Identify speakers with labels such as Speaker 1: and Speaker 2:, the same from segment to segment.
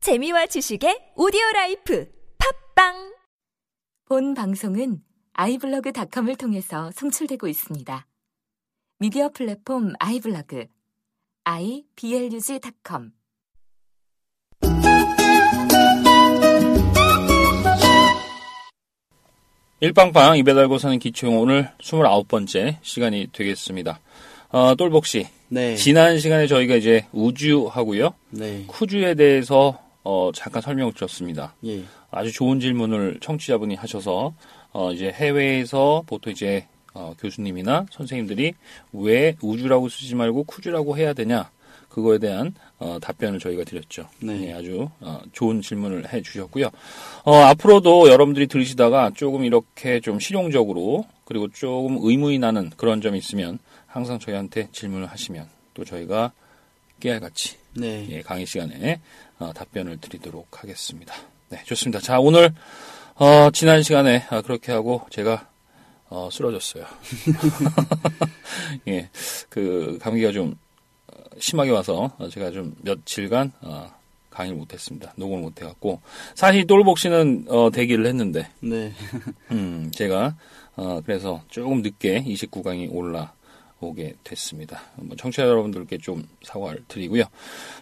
Speaker 1: 재미와 지식의 오디오 라이프 팝빵
Speaker 2: 본 방송은 아이블로그닷컴을 통해서 송출되고 있습니다. 미디어 플랫폼 아이블로그 iblog.com
Speaker 3: 일빵빵 입에 달고 사는 기초용 오늘 29번째 시간이 되겠습니다. 어, 똘복 씨.
Speaker 4: 네.
Speaker 3: 지난 시간에 저희가 이제 우주하고요.
Speaker 4: 네.
Speaker 3: 쿠주에 대해서 어, 잠깐 설명을 드렸습니다.
Speaker 4: 예.
Speaker 3: 아주 좋은 질문을 청취자분이 하셔서 어, 이제 해외에서 보통 이제 어, 교수님이나 선생님들이 왜 우주라고 쓰지 말고 쿠주라고 해야 되냐 그거에 대한 어, 답변을 저희가 드렸죠.
Speaker 4: 네.
Speaker 3: 아주 어, 좋은 질문을 해주셨고요. 어, 앞으로도 여러분들이 들으시다가 조금 이렇게 좀 실용적으로 그리고 조금 의문이 나는 그런 점이 있으면 항상 저희한테 질문을 하시면 또 저희가 깨알같이
Speaker 4: 네.
Speaker 3: 예, 강의 시간에 어, 답변을 드리도록 하겠습니다. 네, 좋습니다. 자, 오늘 어, 지난 시간에 아, 그렇게 하고 제가 어, 쓰러졌어요. 예, 그 감기가 좀 어, 심하게 와서 어, 제가 좀 며칠간 어, 강의를 못했습니다. 녹음을 못해갖고 사실 똘복 씨는 어, 대기를 했는데
Speaker 4: 네.
Speaker 3: 음, 제가 어, 그래서 조금 늦게 29강이 올라오게 됐습니다. 뭐 청취자 여러분들께 좀 사과를 드리고요.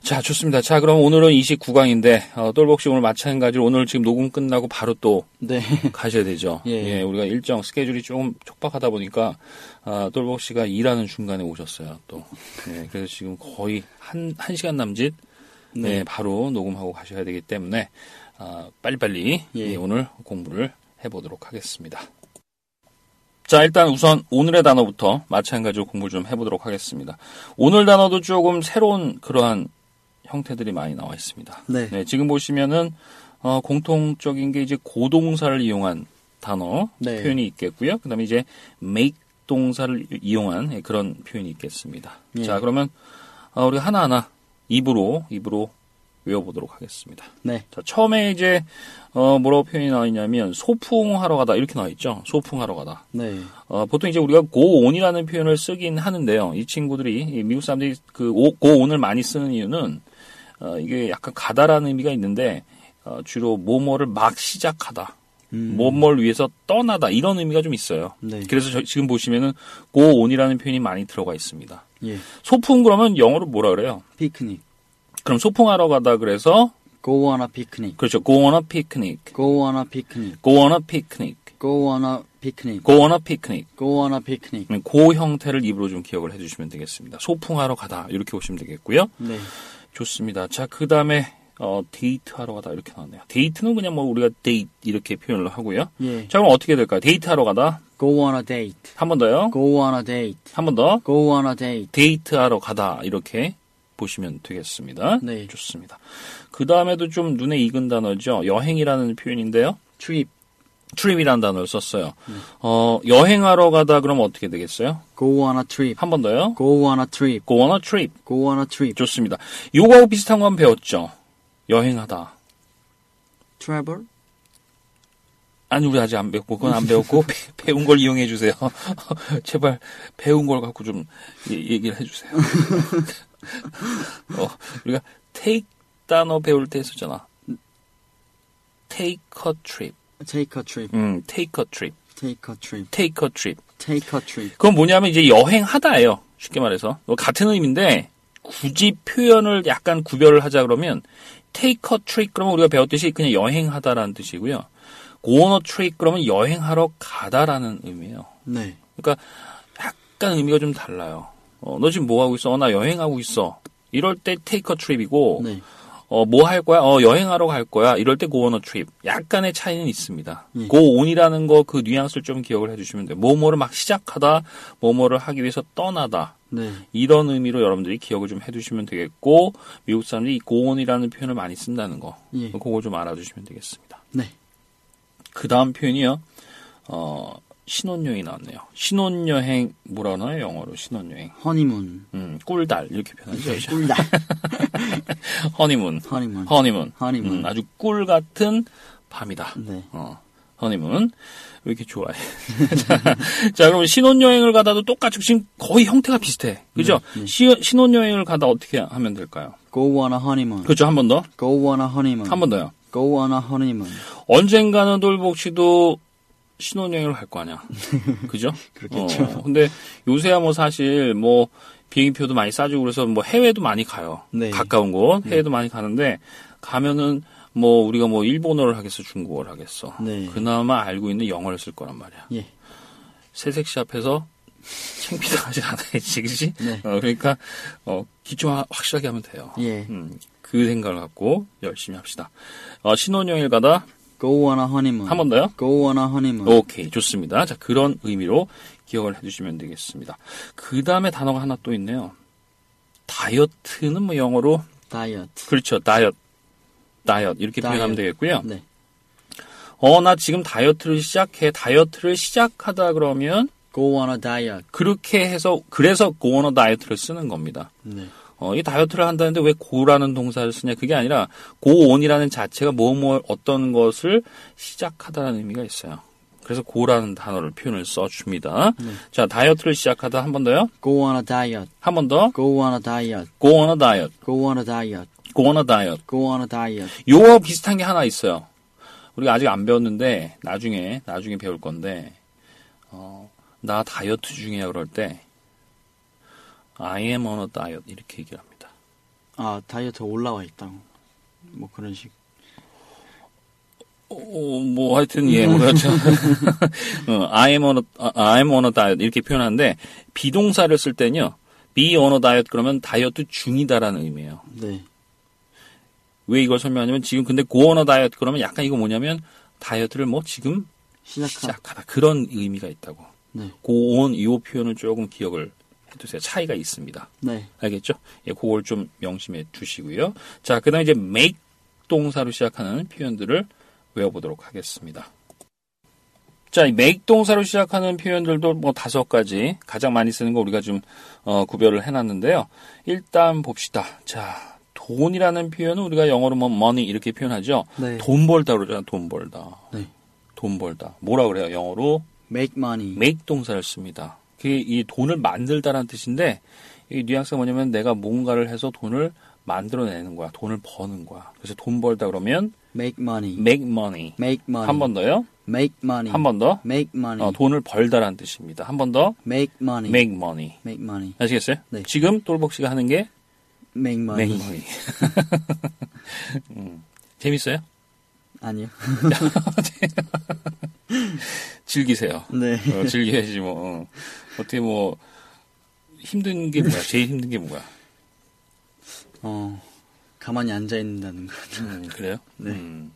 Speaker 3: 자, 좋습니다. 자, 그럼 오늘은 29강인데 어, 똘복 씨 오늘 마찬가지로 오늘 지금 녹음 끝나고 바로 또
Speaker 4: 네.
Speaker 3: 가셔야 되죠.
Speaker 4: 예.
Speaker 3: 우리가 일정 스케줄이 조금 촉박하다 보니까 아, 똘복 씨가 일하는 중간에 오셨어요. 또 예, 그래서 지금 거의 한, 한 시간 남짓 네.
Speaker 4: 네.
Speaker 3: 바로 녹음하고 가셔야 되기 때문에 아, 빨리빨리
Speaker 4: 예.
Speaker 3: 예, 오늘 공부를 해보도록 하겠습니다. 자, 일단 우선 오늘의 단어부터 마찬가지로 공부를 좀 해보도록 하겠습니다. 오늘 단어도 조금 새로운 그러한 형태들이 많이 나와 있습니다.
Speaker 4: 네.
Speaker 3: 네, 지금 보시면은 어, 공통적인 게 이제 고동사를 이용한 단어
Speaker 4: 네.
Speaker 3: 표현이 있겠고요. 그다음에 이제 make 동사를 이용한 예, 그런 표현이 있겠습니다.
Speaker 4: 예.
Speaker 3: 자, 그러면 어, 우리 하나하나 입으로 입으로 외워보도록 하겠습니다.
Speaker 4: 네.
Speaker 3: 자, 처음에 이제 어, 뭐라고 표현이 나와 있냐면 소풍하러 가다 이렇게 나와 있죠. 소풍하러 가다.
Speaker 4: 네.
Speaker 3: 어, 보통 이제 우리가 고온이라는 표현을 쓰긴 하는데요. 이 친구들이 이 미국 사람들이 그 오- 고온을 많이 쓰는 이유는 어, 이게 약간 가다라는 의미가 있는데 어, 주로 뭐뭐를 막 시작하다,
Speaker 4: 음.
Speaker 3: 뭐뭐를 위해서 떠나다 이런 의미가 좀 있어요.
Speaker 4: 네.
Speaker 3: 그래서 저- 지금 보시면은 고온이라는 표현이 많이 들어가 있습니다.
Speaker 4: 예.
Speaker 3: 소풍 그러면 영어로 뭐라 그래요?
Speaker 4: 피크닉.
Speaker 3: 그럼 소풍하러 가다 그래서
Speaker 4: Go on a picnic.
Speaker 3: 그렇죠. Go on a picnic.
Speaker 4: Go on a picnic.
Speaker 3: Go on a picnic.
Speaker 4: Go on a picnic.
Speaker 3: Go on a picnic.
Speaker 4: Go on a picnic.
Speaker 3: 그러면 고 형태를 입으로 좀 기억을 해주시면 되겠습니다. 소풍하러 가다 이렇게 보시면 되겠고요.
Speaker 4: 네.
Speaker 3: 좋습니다. 자, 그 다음에 어, 데이트하러 가다 이렇게 나왔네요. 데이트는 그냥 뭐 우리가 데이트 이렇게 표현을 하고요.
Speaker 4: 예.
Speaker 3: 자, 그럼 어떻게 될까요? 데이트하러 가다
Speaker 4: Go on a date.
Speaker 3: 한 번 더요.
Speaker 4: Go on a date.
Speaker 3: 한 번 더.
Speaker 4: Go on a date.
Speaker 3: 데이트하러 가다 이렇게 보시면 되겠습니다.
Speaker 4: 네.
Speaker 3: 좋습니다. 그 다음에도 좀 눈에 익은 단어죠. 여행이라는 표현인데요.
Speaker 4: Trip.
Speaker 3: 트립이라는 단어를 썼어요.
Speaker 4: 음.
Speaker 3: 어, 여행하러 가다 그러면 어떻게 되겠어요?
Speaker 4: Go on a trip.
Speaker 3: 한 번 더요.
Speaker 4: Go on a trip.
Speaker 3: Go on a trip.
Speaker 4: Go on a trip.
Speaker 3: 좋습니다. 요거하고 비슷한 건 배웠죠. 여행하다.
Speaker 4: Travel.
Speaker 3: 아니 우리 아직 안 배웠고 그건 안 배웠고 배, 배운 걸 이용해 주세요. 제발 배운 걸 갖고 좀 얘- 얘기를 해 주세요. 어, 우리가 take 단어 배울 때 했었잖아. take a trip.
Speaker 4: Take a trip.
Speaker 3: 음, take a trip.
Speaker 4: Take a trip.
Speaker 3: take a trip.
Speaker 4: Take a trip.
Speaker 3: 그건 뭐냐면 이제 여행하다예요. 쉽게 말해서 뭐 같은 의미인데 굳이 표현을 약간 구별을 하자 그러면 take a trip 그러면 우리가 배웠듯이 그냥 여행하다라는 뜻이고요. go on a trip 그러면 여행하러 가다라는 의미예요.
Speaker 4: 네.
Speaker 3: 그러니까 약간 의미가 좀 달라요. 어, 너 지금 뭐 하고 있어? 어, 나 여행하고 있어. 이럴 때 take a trip이고
Speaker 4: 네.
Speaker 3: 뭐 할 거야? 어, 여행하러 갈 거야. 이럴 때 go on a trip. 약간의 차이는 있습니다.
Speaker 4: 예.
Speaker 3: go on이라는 거 그 뉘앙스를 좀 기억을 해주시면 돼요. 뭐뭐를 막 시작하다, 뭐뭐를 하기 위해서 떠나다.
Speaker 4: 네.
Speaker 3: 이런 의미로 여러분들이 기억을 좀 해두시면 되겠고 미국 사람들이 이 go on이라는 표현을 많이 쓴다는 거,
Speaker 4: 예.
Speaker 3: 그거 좀 알아주시면 되겠습니다.
Speaker 4: 네.
Speaker 3: 그 다음 표현이요. 어, 신혼여행이 나왔네요. 신혼여행 뭐라 하나요? 영어로 신혼여행.
Speaker 4: Honeymoon.
Speaker 3: 음, 꿀달 이렇게 표현하죠.
Speaker 4: 꿀다.
Speaker 3: 허니문.
Speaker 4: Honeymoon.
Speaker 3: 음. 허니문.
Speaker 4: 허니문.
Speaker 3: 음, 아주 꿀 같은 밤이다.
Speaker 4: 네.
Speaker 3: 어, 허니문. 왜 이렇게 좋아해? 자, 그럼 신혼여행을 가다도 똑같이 지금 거의 형태가 비슷해. 그죠? 시- 신혼여행을 가다 어떻게 하면 될까요?
Speaker 4: Go on a honeymoon.
Speaker 3: 그렇죠. 한 번 더.
Speaker 4: Go on a honeymoon.
Speaker 3: 한 번 더요.
Speaker 4: Go on a honeymoon.
Speaker 3: 언젠가는 돌복 씨도 신혼여행을 갈 거 아니야. 그죠?
Speaker 4: 그렇겠죠.
Speaker 3: 어, 근데 요새야 뭐 사실 뭐 비행기표도 많이 싸지고 그래서 뭐 해외도 많이 가요.
Speaker 4: 네.
Speaker 3: 가까운 곳 해외도 많이 가는데 가면은 뭐 우리가 뭐 일본어를 하겠어 중국어를 하겠어.
Speaker 4: 네.
Speaker 3: 그나마 알고 있는 영어를 쓸 거란 말이야.
Speaker 4: 예.
Speaker 3: 새색 시 앞에서 창피하지 않아야지, 그지?
Speaker 4: 네.
Speaker 3: 어, 그러니까 어, 기초 확실하게 하면 돼요.
Speaker 4: 예.
Speaker 3: 음, 그 생각을 갖고 열심히 합시다. 어, 신혼여행을 가다
Speaker 4: Go on a honeymoon.
Speaker 3: 한 번 더요?
Speaker 4: Go on a honeymoon.
Speaker 3: 오케이, 좋습니다. 자, 그런 의미로 기억을 해주시면 되겠습니다. 그 다음에 단어가 하나 또 있네요. 다이어트는 뭐 영어로,
Speaker 4: 다이어트.
Speaker 3: 그렇죠, 다이어트. 다이어트. 이렇게 표현하면
Speaker 4: 다이어트.
Speaker 3: 되겠고요.
Speaker 4: 네.
Speaker 3: 어, 나 지금 다이어트를 시작해. 다이어트를 시작하다 그러면,
Speaker 4: Go on a diet.
Speaker 3: 그렇게 해서, 그래서 고어너 다이어트를 쓰는 겁니다.
Speaker 4: 네.
Speaker 3: 어, 이 다이어트를 한다는데 왜 고라는 동사를 쓰냐? 그게 아니라, 고온이라는 자체가 뭐, 뭐, 어떤 것을 시작하다라는 의미가 있어요. 그래서 고라는 단어를 표현을 써줍니다. 자, 다이어트를 시작하다 한 번 더요.
Speaker 4: Go on a diet.
Speaker 3: 한 번 더.
Speaker 4: Go on a diet.
Speaker 3: Go on a diet.
Speaker 4: Go on a diet.
Speaker 3: Go on a diet.
Speaker 4: Go on a diet.
Speaker 3: 요어 비슷한 게 하나 있어요. 우리가 아직 안 배웠는데, 나중에, 나중에 배울 건데, 어, 나 다이어트 중이야 그럴 때, I am on a diet. 이렇게 얘기를 합니다.
Speaker 4: 아 다이어트 올라와 있다고. 뭐 그런 식.
Speaker 3: 어, 어, 뭐 하여튼 예, 뭐 그렇죠. 어, I'm on a, 아, I'm on a diet 이렇게 표현하는데 비동사를 쓸 때는요. be on a diet 그러면 다이어트 중이다라는 의미예요.
Speaker 4: 네.
Speaker 3: 왜 이걸 설명하냐면 지금 근데 go on a diet 그러면 약간 이거 뭐냐면 다이어트를 뭐 지금
Speaker 4: 시작하.
Speaker 3: 시작하다 그런 의미가 있다고.
Speaker 4: 네.
Speaker 3: go on 이 표현을 조금 기억을 해두세요. 차이가 있습니다.
Speaker 4: 네.
Speaker 3: 알겠죠? 예, 그걸 좀 명심해 두시고요. 자, 그다음 에 이제 make 동사로 시작하는 표현들을 외워보도록 하겠습니다. 자, 이 make 동사로 시작하는 표현들도 뭐 다섯 가지 가장 많이 쓰는 거 우리가 좀 어, 구별을 해놨는데요. 일단 봅시다. 자, 돈이라는 표현은 우리가 영어로 뭐 money 이렇게 표현하죠.
Speaker 4: 네.
Speaker 3: 돈 벌다 그러잖아. 돈 벌다.
Speaker 4: 네.
Speaker 3: 돈 벌다. 뭐라 그래요? 영어로
Speaker 4: Make money.
Speaker 3: make 동사를 씁니다. 그게 이 돈을 만들다라는 뜻인데 이 뉘앙스가 뭐냐면 내가 뭔가를 해서 돈을 만들어내는 거야. 돈을 버는 거야. 그래서 돈 벌다 그러면
Speaker 4: Make money.
Speaker 3: make money.
Speaker 4: Make money.
Speaker 3: 네. 한 번 더요.
Speaker 4: Make money.
Speaker 3: 한 번 더.
Speaker 4: Make money.
Speaker 3: 어, 돈을 벌다라는 뜻입니다. 한 번 더.
Speaker 4: Make money.
Speaker 3: make money.
Speaker 4: Make money.
Speaker 3: 아시겠어요?
Speaker 4: 네.
Speaker 3: 지금 똘복 씨가 하는 게
Speaker 4: Make money.
Speaker 3: make money. 음, 재밌어요?
Speaker 4: 아니요.
Speaker 3: 즐기세요.
Speaker 4: 네.
Speaker 3: 어, 즐겨야지 뭐. 어. 어떻게 뭐 힘든 게 뭐야? 제일 힘든 게 뭐야?
Speaker 4: 어 가만히 앉아 있는다는 거.
Speaker 3: 음, 그래요?
Speaker 4: 네.
Speaker 3: 음.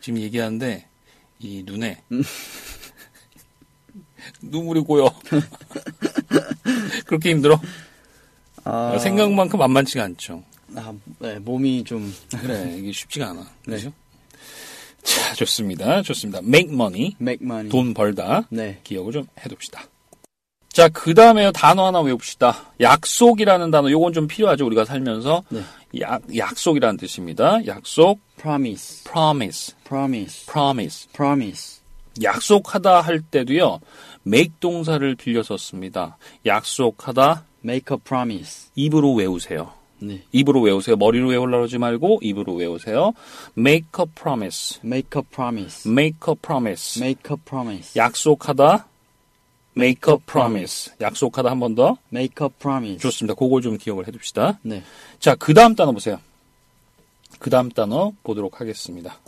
Speaker 3: 지금 얘기하는데 이 눈에
Speaker 4: 음.
Speaker 3: 눈물이 고여. 그렇게 힘들어?
Speaker 4: 아
Speaker 3: 생각만큼 만만치가 않죠.
Speaker 4: 아, 네, 몸이 좀 네.
Speaker 3: 그래 이게 쉽지가 않아. 그죠? 자 좋습니다. 좋습니다. Make money
Speaker 4: Make money.
Speaker 3: 돈 벌다
Speaker 4: 네.
Speaker 3: 기억을 좀 해둡시다. 자, 그 다음에 단어 하나 외웁시다. 약속이라는 단어, 요건 좀 필요하죠. 우리가 살면서.
Speaker 4: 네.
Speaker 3: 약, 약속이라는 뜻입니다. 약속,
Speaker 4: Promise.
Speaker 3: promise,
Speaker 4: Promise.
Speaker 3: promise.
Speaker 4: Promise.
Speaker 3: 약속하다 할 때도요. make 동사를 빌려서 씁니다. 약속하다
Speaker 4: Make a promise.
Speaker 3: 입으로 외우세요.
Speaker 4: 네.
Speaker 3: 입으로 외우세요. 머리로 외우려고 그러지 말고 입으로 외우세요. make a promise.
Speaker 4: Make a promise.
Speaker 3: make a promise.
Speaker 4: Make a promise.
Speaker 3: 약속하다 make a promise. 약속하다 한 번 더.
Speaker 4: Make a promise.
Speaker 3: 좋습니다. 그걸 좀 기억을 해 둡시다.
Speaker 4: 네.
Speaker 3: 자, 그다음 단어 보세요. 그다음 단어 보도록 하겠습니다.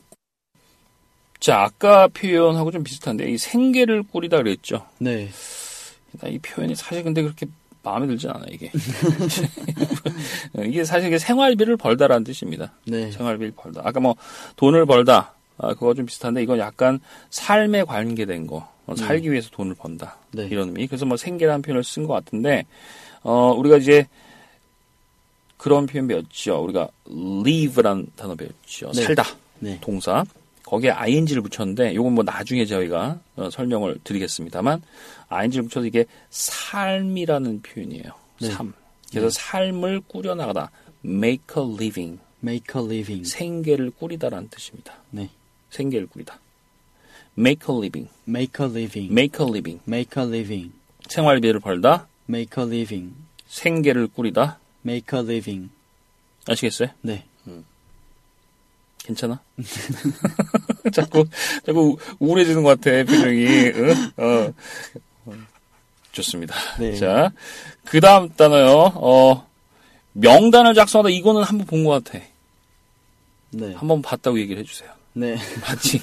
Speaker 3: 자, 아까 표현하고 좀 비슷한데 이 생계를 꾸리다 그랬죠.
Speaker 4: 네.
Speaker 3: 나이 그러니까 표현이 사실 근데 그렇게 마음에 들지 않아 이게 이게 사실 이게 생활비를 벌다라는 뜻입니다.
Speaker 4: 네.
Speaker 3: 생활비를 벌다. 아까 뭐 돈을 벌다 아, 그거 좀 비슷한데 이건 약간 삶에 관계된 거 어, 살기 위해서 돈을 번다
Speaker 4: 음. 네.
Speaker 3: 이런 의미. 그래서 뭐 생계라는 표현을 쓴 것 같은데 어, 우리가 이제 그런 표현 배웠죠. 우리가 live라는 단어 배웠죠.
Speaker 4: 네.
Speaker 3: 살다
Speaker 4: 네.
Speaker 3: 동사 거기에 ing를 붙였는데 요건 뭐 나중에 저희가 어, 설명을 드리겠습니다만 ing를 붙여서 이게 삶이라는 표현이에요. 삶. 그래서 삶을 꾸려나가다. make a living.
Speaker 4: Make a living.
Speaker 3: 생계를 꾸리다라는 뜻입니다.
Speaker 4: 네.
Speaker 3: 생계를 꾸리다. make a living,
Speaker 4: make a living,
Speaker 3: make a living.
Speaker 4: make a living,
Speaker 3: 생활비를 벌다,
Speaker 4: make a living,
Speaker 3: 생계를 꾸리다.
Speaker 4: make a living.
Speaker 3: 아시겠어요?
Speaker 4: 네.
Speaker 3: 괜찮아? 자꾸, 자꾸 우울해지는 것 같아, 표정이. 응? 어. 좋습니다.
Speaker 4: 네.
Speaker 3: 자, 그 다음 단어요. 어, 명단을 작성하다. 이거는 한번 본 것 같아.
Speaker 4: 네.
Speaker 3: 한번 봤다고 얘기를 해주세요.
Speaker 4: 네.
Speaker 3: 맞지?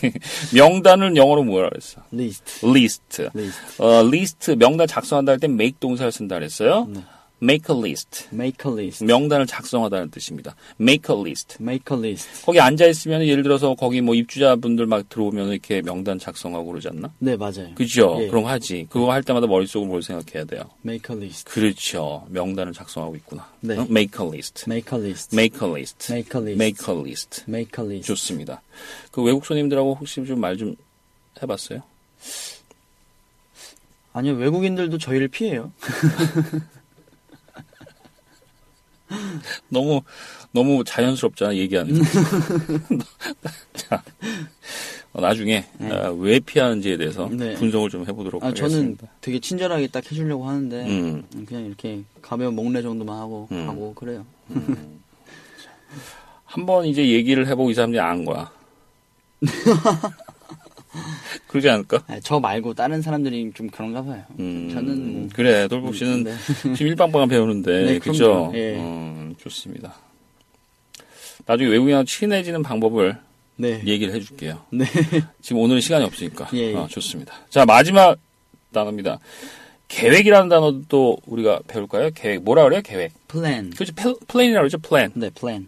Speaker 3: 명단을 영어로 뭐라 그랬어?
Speaker 4: 리스트.
Speaker 3: list.
Speaker 4: 리스트.
Speaker 3: 어, list, 명단 작성한다 할 때 make 동사를 쓴다 그랬어요.
Speaker 4: 네.
Speaker 3: make a list.
Speaker 4: make a list.
Speaker 3: 명단을 작성하다는 뜻입니다. make a list.
Speaker 4: make a list.
Speaker 3: 거기 앉아있으면 예를 들어서 거기 뭐 입주자분들 막 들어오면 이렇게 명단 작성하고 그러지 않나?
Speaker 4: 네, 맞아요.
Speaker 3: 그죠?
Speaker 4: 예.
Speaker 3: 그럼 하지. 그거 할 때마다 머릿속으로 뭘 생각해야 돼요?
Speaker 4: make a list.
Speaker 3: 그렇죠. 명단을 작성하고 있구나.
Speaker 4: 네.
Speaker 3: 어? make a list.
Speaker 4: make a list.
Speaker 3: make a list.
Speaker 4: make a list.
Speaker 3: make a list.
Speaker 4: make a list.
Speaker 3: 좋습니다. 그 외국 손님들하고 혹시 좀 말 좀 해봤어요?
Speaker 4: 아니요, 외국인들도 저희를 피해요.
Speaker 3: 너무 너무 자연스럽잖아 얘기하는. 게. 자 어, 나중에 아, 왜 피하는지에 대해서
Speaker 4: 네.
Speaker 3: 분석을 좀 해보도록
Speaker 4: 아, 저는 네.
Speaker 3: 하겠습니다.
Speaker 4: 되게 친절하게 딱 해주려고 하는데,
Speaker 3: 음.
Speaker 4: 그냥 이렇게 가벼운 목례 정도만 하고 가고 그래요.
Speaker 3: 한번 이제 얘기를 해보고 이 사람들이 안 거야. 그러지 않을까?
Speaker 4: 아, 저 말고 다른 사람들이 좀 그런가 봐요.
Speaker 3: 음,
Speaker 4: 저는 뭐,
Speaker 3: 그래 돌복 씨는 지금 일방방한 배우는데
Speaker 4: 네,
Speaker 3: 그죠?
Speaker 4: 그럼요. 예.
Speaker 3: 음, 좋습니다. 나중에 외국인하고 친해지는 방법을
Speaker 4: 네.
Speaker 3: 얘기를 해줄게요.
Speaker 4: 네.
Speaker 3: 지금 오늘은 시간이 없으니까.
Speaker 4: 예, 예.
Speaker 3: 아, 좋습니다. 자, 마지막 단어입니다. 계획이라는 단어도 또 우리가 배울까요? 계획. 뭐라 그래요? 계획.
Speaker 4: plan.
Speaker 3: 그렇죠. 플- 플랜이라고 그러죠. 플랜.
Speaker 4: 네, plan.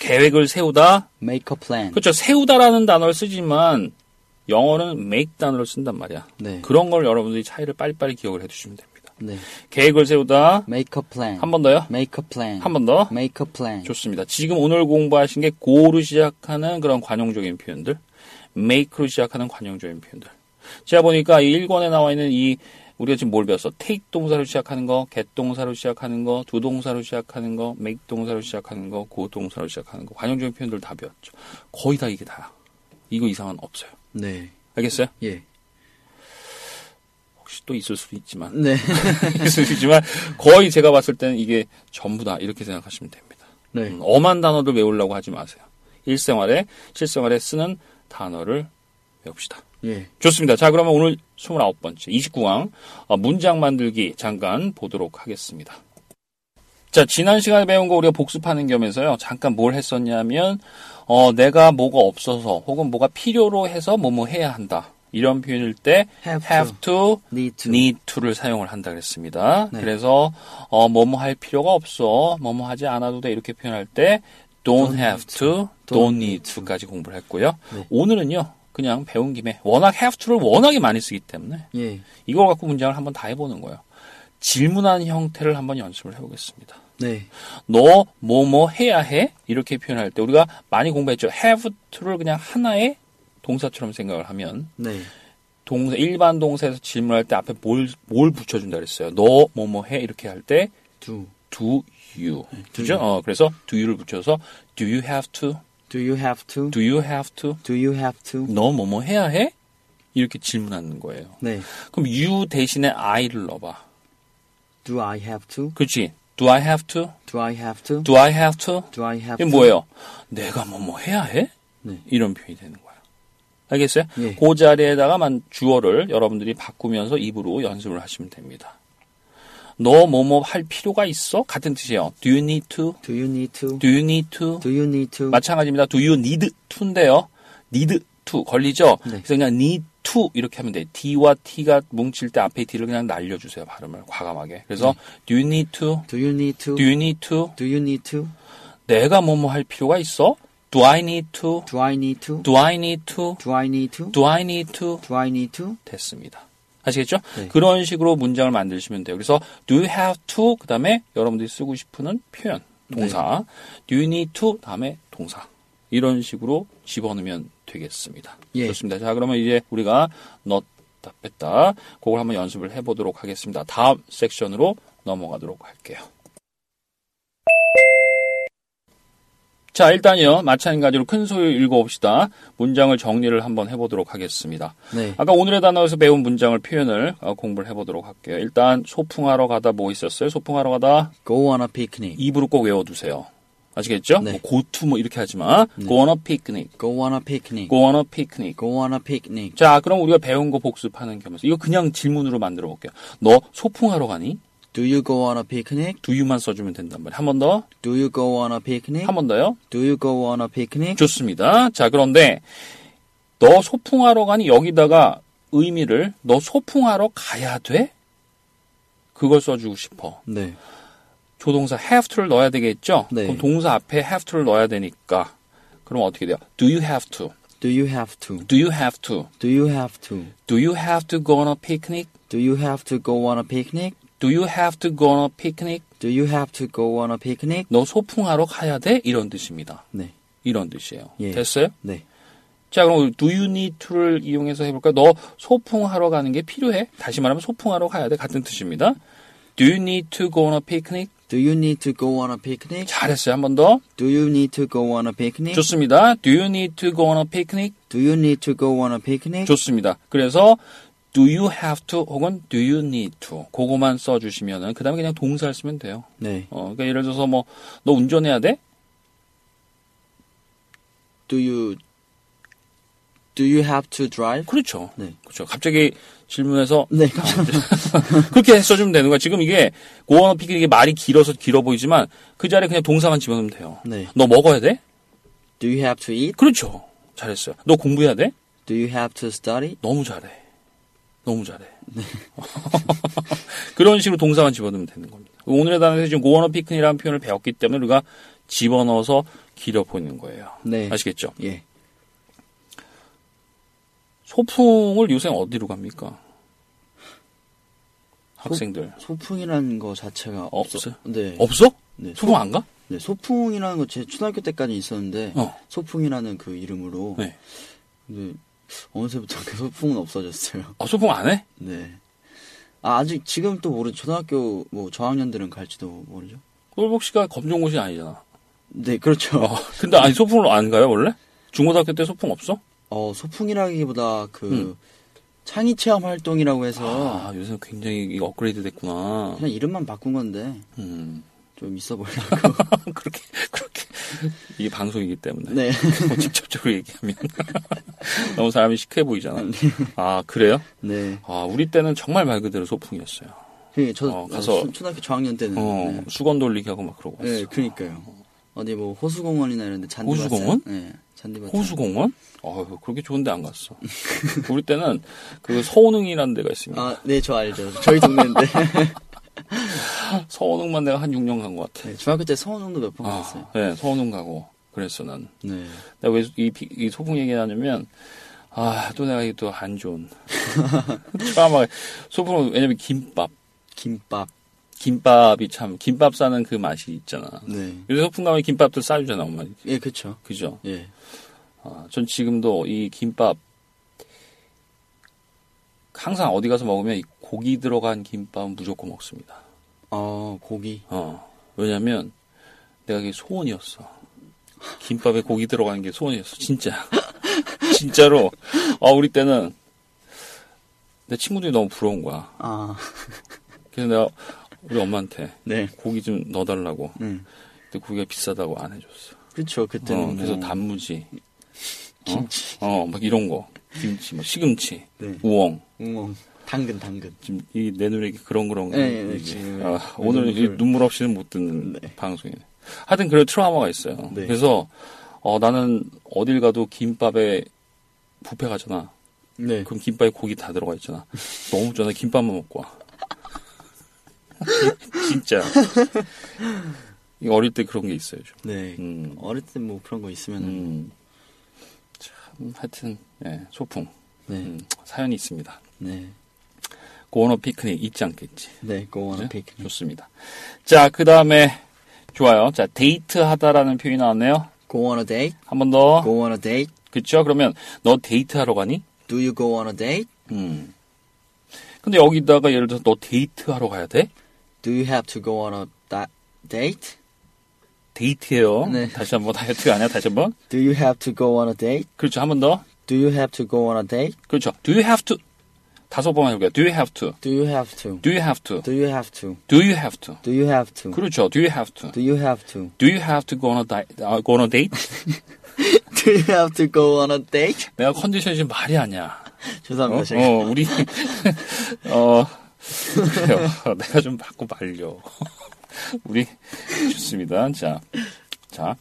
Speaker 3: 계획을 세우다.
Speaker 4: make a plan.
Speaker 3: 그렇죠. 세우다라는 단어를 쓰지만 영어는 make 단어를 쓴단 말이야.
Speaker 4: 네.
Speaker 3: 그런 걸 여러분들이 차이를 빨리빨리 기억을 해주시면 됩니다.
Speaker 4: 네.
Speaker 3: 계획을 세우다.
Speaker 4: make a plan.
Speaker 3: 한 번 더요.
Speaker 4: make a plan.
Speaker 3: 한 번 더.
Speaker 4: make a plan.
Speaker 3: 좋습니다. 지금 오늘 공부하신 게 고로 시작하는 그런 관용적인 표현들, make로 시작하는 관용적인 표현들. 제가 보니까 이 1권에 나와 있는 이 우리가 지금 뭘 배웠어? take 동사로 시작하는 거, get 동사로 시작하는 거, do 동사로 시작하는 거, make 동사로 시작하는 거, go 동사로 시작하는 거. 관용적인 표현들 다 배웠죠. 거의 다 이게 다야. 이거 이상은 없어요.
Speaker 4: 네.
Speaker 3: 알겠어요?
Speaker 4: 예.
Speaker 3: 혹시 또 있을 수도 있지만
Speaker 4: 네.
Speaker 3: 있을 수 있지만 거의 제가 봤을 때는 이게 전부다 이렇게 생각하시면 됩니다.
Speaker 4: 네.
Speaker 3: 음, 엄한 단어를 외우려고 하지 마세요. 일생활에, 실생활에 쓰는 단어를 외웁시다.
Speaker 4: 예.
Speaker 3: 좋습니다. 자, 그러면 오늘 29번째, 29강항 어, 문장 만들기 잠깐 보도록 하겠습니다. 자, 지난 시간에 배운 거 우리가 복습하는 겸해서요. 잠깐 뭘 했었냐면, 어, 내가 뭐가 없어서 혹은 뭐가 필요로 해서 뭐뭐 해야 한다. 이런 표현일 때
Speaker 4: have,
Speaker 3: have to
Speaker 4: need to.
Speaker 3: need to를 사용을 한다 그랬습니다.
Speaker 4: 네.
Speaker 3: 그래서 어, 뭐뭐 할 필요가 없어, 뭐뭐 하지 않아도 돼 이렇게 표현할 때 don't, have to, don't need to까지 공부를 했고요.
Speaker 4: 네.
Speaker 3: 오늘은요 그냥 배운 김에 워낙 have to를 워낙에 많이 쓰기 때문에
Speaker 4: 예.
Speaker 3: 이걸 갖고 문장을 한번 다 해보는 거예요. 질문하는 형태를 한번 연습을 해보겠습니다.
Speaker 4: 네.
Speaker 3: 너 뭐 뭐 해야 해 이렇게 표현할 때 우리가 많이 공부했죠. have to를 그냥 하나의 동사처럼 생각을 하면
Speaker 4: 네.
Speaker 3: 동사 일반 동사에서 질문할 때 앞에 뭘 뭘 붙여준다 그랬어요. 너 뭐 뭐 해 이렇게 할 때
Speaker 4: do.
Speaker 3: do you 그죠? 어 그래서 do you를 붙여서 do you have to
Speaker 4: do you have to?
Speaker 3: do you have to
Speaker 4: do you have to?
Speaker 3: 너 뭐 뭐 해야 해 이렇게 질문하는 거예요.
Speaker 4: 네.
Speaker 3: 그럼 you 대신에 I를 넣어봐.
Speaker 4: do I have to?
Speaker 3: 그렇지? Do I have to?
Speaker 4: do I have to?
Speaker 3: Do I have to?
Speaker 4: do I have
Speaker 3: 이게
Speaker 4: to?
Speaker 3: 뭐예요? 내가 뭐 뭐 해야 해?
Speaker 4: 네.
Speaker 3: 이런 표현이 되는 거예요. 알겠어요?
Speaker 4: 예.
Speaker 3: 그 자리에다가만 주어를 여러분들이 바꾸면서 입으로 연습을 하시면 됩니다. 너 뭐 뭐 할 필요가 있어? 같은 뜻이에요. Do you need to?
Speaker 4: do you need to?
Speaker 3: Do you need to?
Speaker 4: do you need to?
Speaker 3: 마찬가지입니다. Do you need to인데요. need to 걸리죠?
Speaker 4: 네.
Speaker 3: 그래서 그냥 need to 이렇게 하면 돼요. D와 T가 뭉칠 때 앞에 D를 그냥 날려주세요. 발음을 과감하게. 그래서 Do you need to?
Speaker 4: do you need to?
Speaker 3: Do you need to?
Speaker 4: do you need to?
Speaker 3: 내가 뭐 뭐 할 필요가 있어? Do I need to?
Speaker 4: do I need to?
Speaker 3: Do I need to?
Speaker 4: do I need to?
Speaker 3: Do I need to?
Speaker 4: do I need to?
Speaker 3: 됐습니다. 아시겠죠?
Speaker 4: 네.
Speaker 3: 그런 식으로 문장을 만드시면 돼요. 그래서 do you have to 그다음에 여러분들이 쓰고 싶은 표현 동사
Speaker 4: 네.
Speaker 3: do you need to 다음에 동사 이런 식으로 집어넣으면 되겠습니다.
Speaker 4: 예.
Speaker 3: 좋습니다. 자 그러면 이제 우리가 넣었다 뺐다 그걸 한번 연습을 해보도록 하겠습니다. 다음 섹션으로 넘어가도록 할게요. 자, 일단요, 마찬가지로 큰 소유 읽어봅시다. 문장을 정리를 한번 해보도록 하겠습니다.
Speaker 4: 네.
Speaker 3: 아까 오늘의 단어에서 배운 문장을 표현을 어, 공부를 해보도록 할게요. 일단, 소풍하러 가다 뭐 있었어요? 소풍하러 가다
Speaker 4: Go on a picnic.
Speaker 3: 입으로 꼭 외워두세요. 아시겠죠?
Speaker 4: 네.
Speaker 3: 뭐 고투 뭐 이렇게 하지 마. Go on a picnic.
Speaker 4: Go on a picnic.
Speaker 3: Go on a picnic.
Speaker 4: Go on a picnic.
Speaker 3: 자, 그럼 우리가 배운 거 복습하는 겸해서 이거 그냥 질문으로 만들어 볼게요. 너 소풍하러 가니?
Speaker 4: Do you go on a picnic?
Speaker 3: 두유만 써주면 된단 말이에요. 한 번 더?
Speaker 4: Do you go on a picnic?
Speaker 3: 한 번 더요?
Speaker 4: Do you go on a picnic?
Speaker 3: 좋습니다. 자, 그런데 너 소풍하러 가니 여기다가 의미를 너 소풍하러 가야 돼? 그걸 써주고 싶어.
Speaker 4: 네.
Speaker 3: 조동사 have to를 넣어야 되겠죠?
Speaker 4: 네.
Speaker 3: 그럼 동사 앞에 have to를 넣어야 되니까 그럼 어떻게 돼요? Do you have to?
Speaker 4: Do you have to?
Speaker 3: Do you have to?
Speaker 4: Do you have to?
Speaker 3: Do you have to go on a picnic?
Speaker 4: Do you have to go on a picnic?
Speaker 3: Do you have to go on a picnic?
Speaker 4: Do you have to go on a picnic?
Speaker 3: 너 소풍하러 가야 돼? 이런 뜻입니다.
Speaker 4: 네.
Speaker 3: 이런 뜻이에요.
Speaker 4: 예.
Speaker 3: 됐어요?
Speaker 4: 네.
Speaker 3: 자, 그럼 do you need to를 이용해서 해볼까요? 너 소풍하러 가는 게 필요해? 다시 말하면 소풍하러 가야 돼. 같은 뜻입니다. Do you need to go on a picnic?
Speaker 4: Do you need to go on a picnic?
Speaker 3: 잘했어요. 한 번 더.
Speaker 4: Do you need to go on a picnic?
Speaker 3: 좋습니다. Do you need to go on a picnic?
Speaker 4: Do you need to go on a picnic?
Speaker 3: 좋습니다. 그래서 do you have to 혹은 do you need to 그거만 써주시면은 그 다음에 그냥 동사를 쓰면 돼요.
Speaker 4: 네.
Speaker 3: 어, 그러니까 예를 들어서 뭐 너 운전해야 돼?
Speaker 4: Do you Do you have to drive?
Speaker 3: 그렇죠.
Speaker 4: 네.
Speaker 3: 그렇죠. 갑자기 질문해서
Speaker 4: 네.
Speaker 3: 아,
Speaker 4: 깜짝
Speaker 3: 그렇게 써주면 되는 거야. 지금 이게 고원 피크 이게 말이 길어서 길어 보이지만 그 자리에 그냥 동사만 집어넣으면 돼요.
Speaker 4: 네.
Speaker 3: 너 먹어야 돼?
Speaker 4: Do you have to eat?
Speaker 3: 그렇죠. 잘했어요. 너 공부해야 돼?
Speaker 4: Do you have to study?
Speaker 3: 너무 잘해. 너무 잘해.
Speaker 4: 네.
Speaker 3: 그런 식으로 동사만 집어넣으면 되는 겁니다. 오늘의 단어에서 지금 고원 피크니라는 표현을 배웠기 때문에 우리가 집어넣어서 길어 보이는 거예요.
Speaker 4: 네.
Speaker 3: 아시겠죠?
Speaker 4: 예.
Speaker 3: 소풍을 요새 어디로 갑니까? 학생들
Speaker 4: 소풍이라는 거 자체가 없어.
Speaker 3: 없어요?
Speaker 4: 네.
Speaker 3: 없어?
Speaker 4: 네. 소,
Speaker 3: 소풍 안 가?
Speaker 4: 네. 소풍이라는 거 제 초등학교 때까지 있었는데
Speaker 3: 어.
Speaker 4: 소풍이라는 그 이름으로
Speaker 3: 네.
Speaker 4: 근데 어느새부터 그 소풍은 없어졌어요.
Speaker 3: 아, 소풍 안 해?
Speaker 4: 네. 아, 아직 지금 또 모르 초등학교 뭐 저학년들은 갈지도 모르죠.
Speaker 3: 꼴복 씨가 검정고시 아니잖아.
Speaker 4: 네, 그렇죠.
Speaker 3: 어, 근데 아니 소풍을 안 가요 원래? 중고등학교 때 소풍 없어?
Speaker 4: 어, 소풍이라기보다 그
Speaker 3: 음.
Speaker 4: 창의 체험 활동이라고 해서
Speaker 3: 아 요새 굉장히 이거 업그레이드 됐구나.
Speaker 4: 그냥 이름만 바꾼 건데
Speaker 3: 음
Speaker 4: 좀 있어 보려고.
Speaker 3: 그렇게 그렇게 이게 방송이기 때문에
Speaker 4: 네.
Speaker 3: 뭐 직접적으로 얘기하면 너무 사람이 시크해 보이잖아. 아 그래요?
Speaker 4: 네.
Speaker 3: 아 우리 때는 정말 말 그대로 소풍이었어요.
Speaker 4: 그 저도
Speaker 3: 어, 가서-
Speaker 4: 초- 초등학교 저학년 때는
Speaker 3: 어
Speaker 4: 네.
Speaker 3: 수건 돌리기 하고 막 그러고.
Speaker 4: 네,
Speaker 3: 왔어.
Speaker 4: 그러니까요. 어디 뭐 호수공원이나 이런 데 잔디
Speaker 3: 호수공원?
Speaker 4: 봤어요? 네. 잔디 봤어요.
Speaker 3: 호수공원? 어휴, 그렇게 좋은데 안 갔어. 우리 때는 그 서운흥이라는 데가 있습니다.
Speaker 4: 아, 네, 저 알죠. 저희 동네인데.
Speaker 3: 서운흥만 내가 한 6년 간 것 같아.
Speaker 4: 네, 중학교 때 서원 정도 몇 번 갔어요.
Speaker 3: 아, 네, 서운흥 가고 그랬어 난.
Speaker 4: 네.
Speaker 3: 내가 왜이 이 소풍 얘기 하냐면 아 또 내가 이게 또 안 좋은 트라우마 소풍은 왜냐면 김밥
Speaker 4: 김밥.
Speaker 3: 김밥이 참 김밥 싸는 그 맛이 있잖아
Speaker 4: 네.
Speaker 3: 요새 소풍 가면 김밥도 싸주잖아 엄마
Speaker 4: 예, 그쵸.
Speaker 3: 그죠
Speaker 4: 예.
Speaker 3: 아, 전 지금도 이 김밥 항상 어디 가서 먹으면 이 고기 들어간 김밥은 무조건 먹습니다
Speaker 4: 어, 고기.
Speaker 3: 어 왜냐면 내가 그게 소원이었어 김밥에 고기 들어가는 게 소원이었어 진짜 진짜로 아 우리 때는 내 친구들이 너무 부러운 거야
Speaker 4: 아,
Speaker 3: 그래서 내가 우리 엄마한테
Speaker 4: 네.
Speaker 3: 고기 좀 넣어달라고
Speaker 4: 음.
Speaker 3: 근데 고기가 비싸다고 안 해줬어
Speaker 4: 그쵸,
Speaker 3: 어,
Speaker 4: 그때는. 뭐-
Speaker 3: 그래서 단무지
Speaker 4: 김치.
Speaker 3: 어막 이런 거 김치 뭐 시금치
Speaker 4: 네.
Speaker 3: 우엉
Speaker 4: 응, 당근, 당근.
Speaker 3: 지금 이 내 눈에 이게 그런 그런 거
Speaker 4: 예, 예,
Speaker 3: 이게.
Speaker 4: 지금
Speaker 3: 아, 오늘 이
Speaker 4: 눈물.
Speaker 3: 눈물 없이는 못 듣는
Speaker 4: 네.
Speaker 3: 방송이네. 하여튼 그런 트라우마가 있어요.
Speaker 4: 네.
Speaker 3: 그래서 어, 나는 어딜 가도 김밥에 뷔페 가잖아.
Speaker 4: 네.
Speaker 3: 그럼 김밥에 고기 다 들어가 있잖아. 너무 좋아. 나 김밥만 먹고 와. 진짜. 이거 어릴 때 그런 게 있어요. 좀.
Speaker 4: 네.
Speaker 3: 음.
Speaker 4: 어릴 때 뭐 그런 거 있으면. 은
Speaker 3: 음. 참 하여튼 예, 소풍
Speaker 4: 네.
Speaker 3: 음, 사연이 있습니다.
Speaker 4: 네.
Speaker 3: 고원어 피크닉 잊지 않겠지.
Speaker 4: 네, go on a picnic.
Speaker 3: 좋습니다. 자, 그 다음에 좋아요. 자, 데이트하다라는 표현이 나왔네요.
Speaker 4: Go on a date.
Speaker 3: 한 번 더.
Speaker 4: Go on a date.
Speaker 3: 그쵸? 그러면 너 데이트하러 가니?
Speaker 4: Do you go on a date?
Speaker 3: 음. 근데 여기다가 예를 들어서 너 데이트하러 가야 돼?
Speaker 4: Do you have to go on a da- date?
Speaker 3: 데이트예요.
Speaker 4: 네.
Speaker 3: 다시 한번 다이어트가 아니야. 다시 한번.
Speaker 4: Do you have to go on a date?
Speaker 3: 그렇죠. 한 번 더.
Speaker 4: Do you have to go on a date?
Speaker 3: 그렇죠. Do you have to? 다섯 번만 해볼게요. Do you have to?
Speaker 4: Do you have to?
Speaker 3: Do you have to?
Speaker 4: Do you have to?
Speaker 3: Do you have to?
Speaker 4: Do you have to?
Speaker 3: 그렇죠. Do you have to?
Speaker 4: Do you have to?
Speaker 3: Do you have to go on a, di- 아, go on a date?
Speaker 4: Do you have to go on a date?
Speaker 3: 내가 컨디션이 지금 말이 아니야. 어,
Speaker 4: 죄송합니다. 제가.
Speaker 3: 어, 우리 어 그래요. 내가 좀 받고 말려. 우리 좋습니다. 자, 자,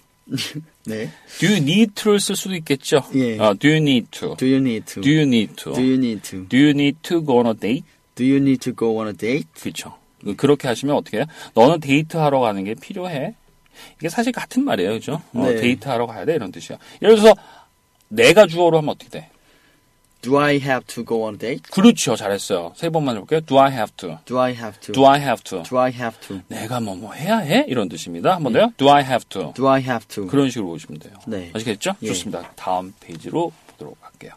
Speaker 4: 네.
Speaker 3: do you need to를 쓸 수도 있겠죠.
Speaker 4: 예.
Speaker 3: 아, do you need to?
Speaker 4: Do you need to?
Speaker 3: Do you need to?
Speaker 4: Do you need to?
Speaker 3: Do you need to go on a date?
Speaker 4: Do you need to go on a date?
Speaker 3: 그렇죠. 그렇게 하시면 어떻게 해요? 너는 데이트하러 가는 게 필요해. 이게 사실 같은 말이에요, 그죠? 어,
Speaker 4: 네.
Speaker 3: 데이트하러 가야 돼 이런 뜻이야. 예를 들어서 내가 주어로 하면 어떻게 돼?
Speaker 4: Do I have to go on a date?
Speaker 3: 그렇죠, 잘했어요. 세 번만 해볼게요. Do I have to?
Speaker 4: Do I have to?
Speaker 3: Do I have to?
Speaker 4: Do I have to?
Speaker 3: 내가 뭐 뭐 해야 해? 이런 뜻입니다. 한 번 더요. Do I have to?
Speaker 4: Do I have to?
Speaker 3: 그런 식으로 보시면 돼요.
Speaker 4: 네.
Speaker 3: 아시겠죠?
Speaker 4: 예.
Speaker 3: 좋습니다. 다음 페이지로 보도록 할게요.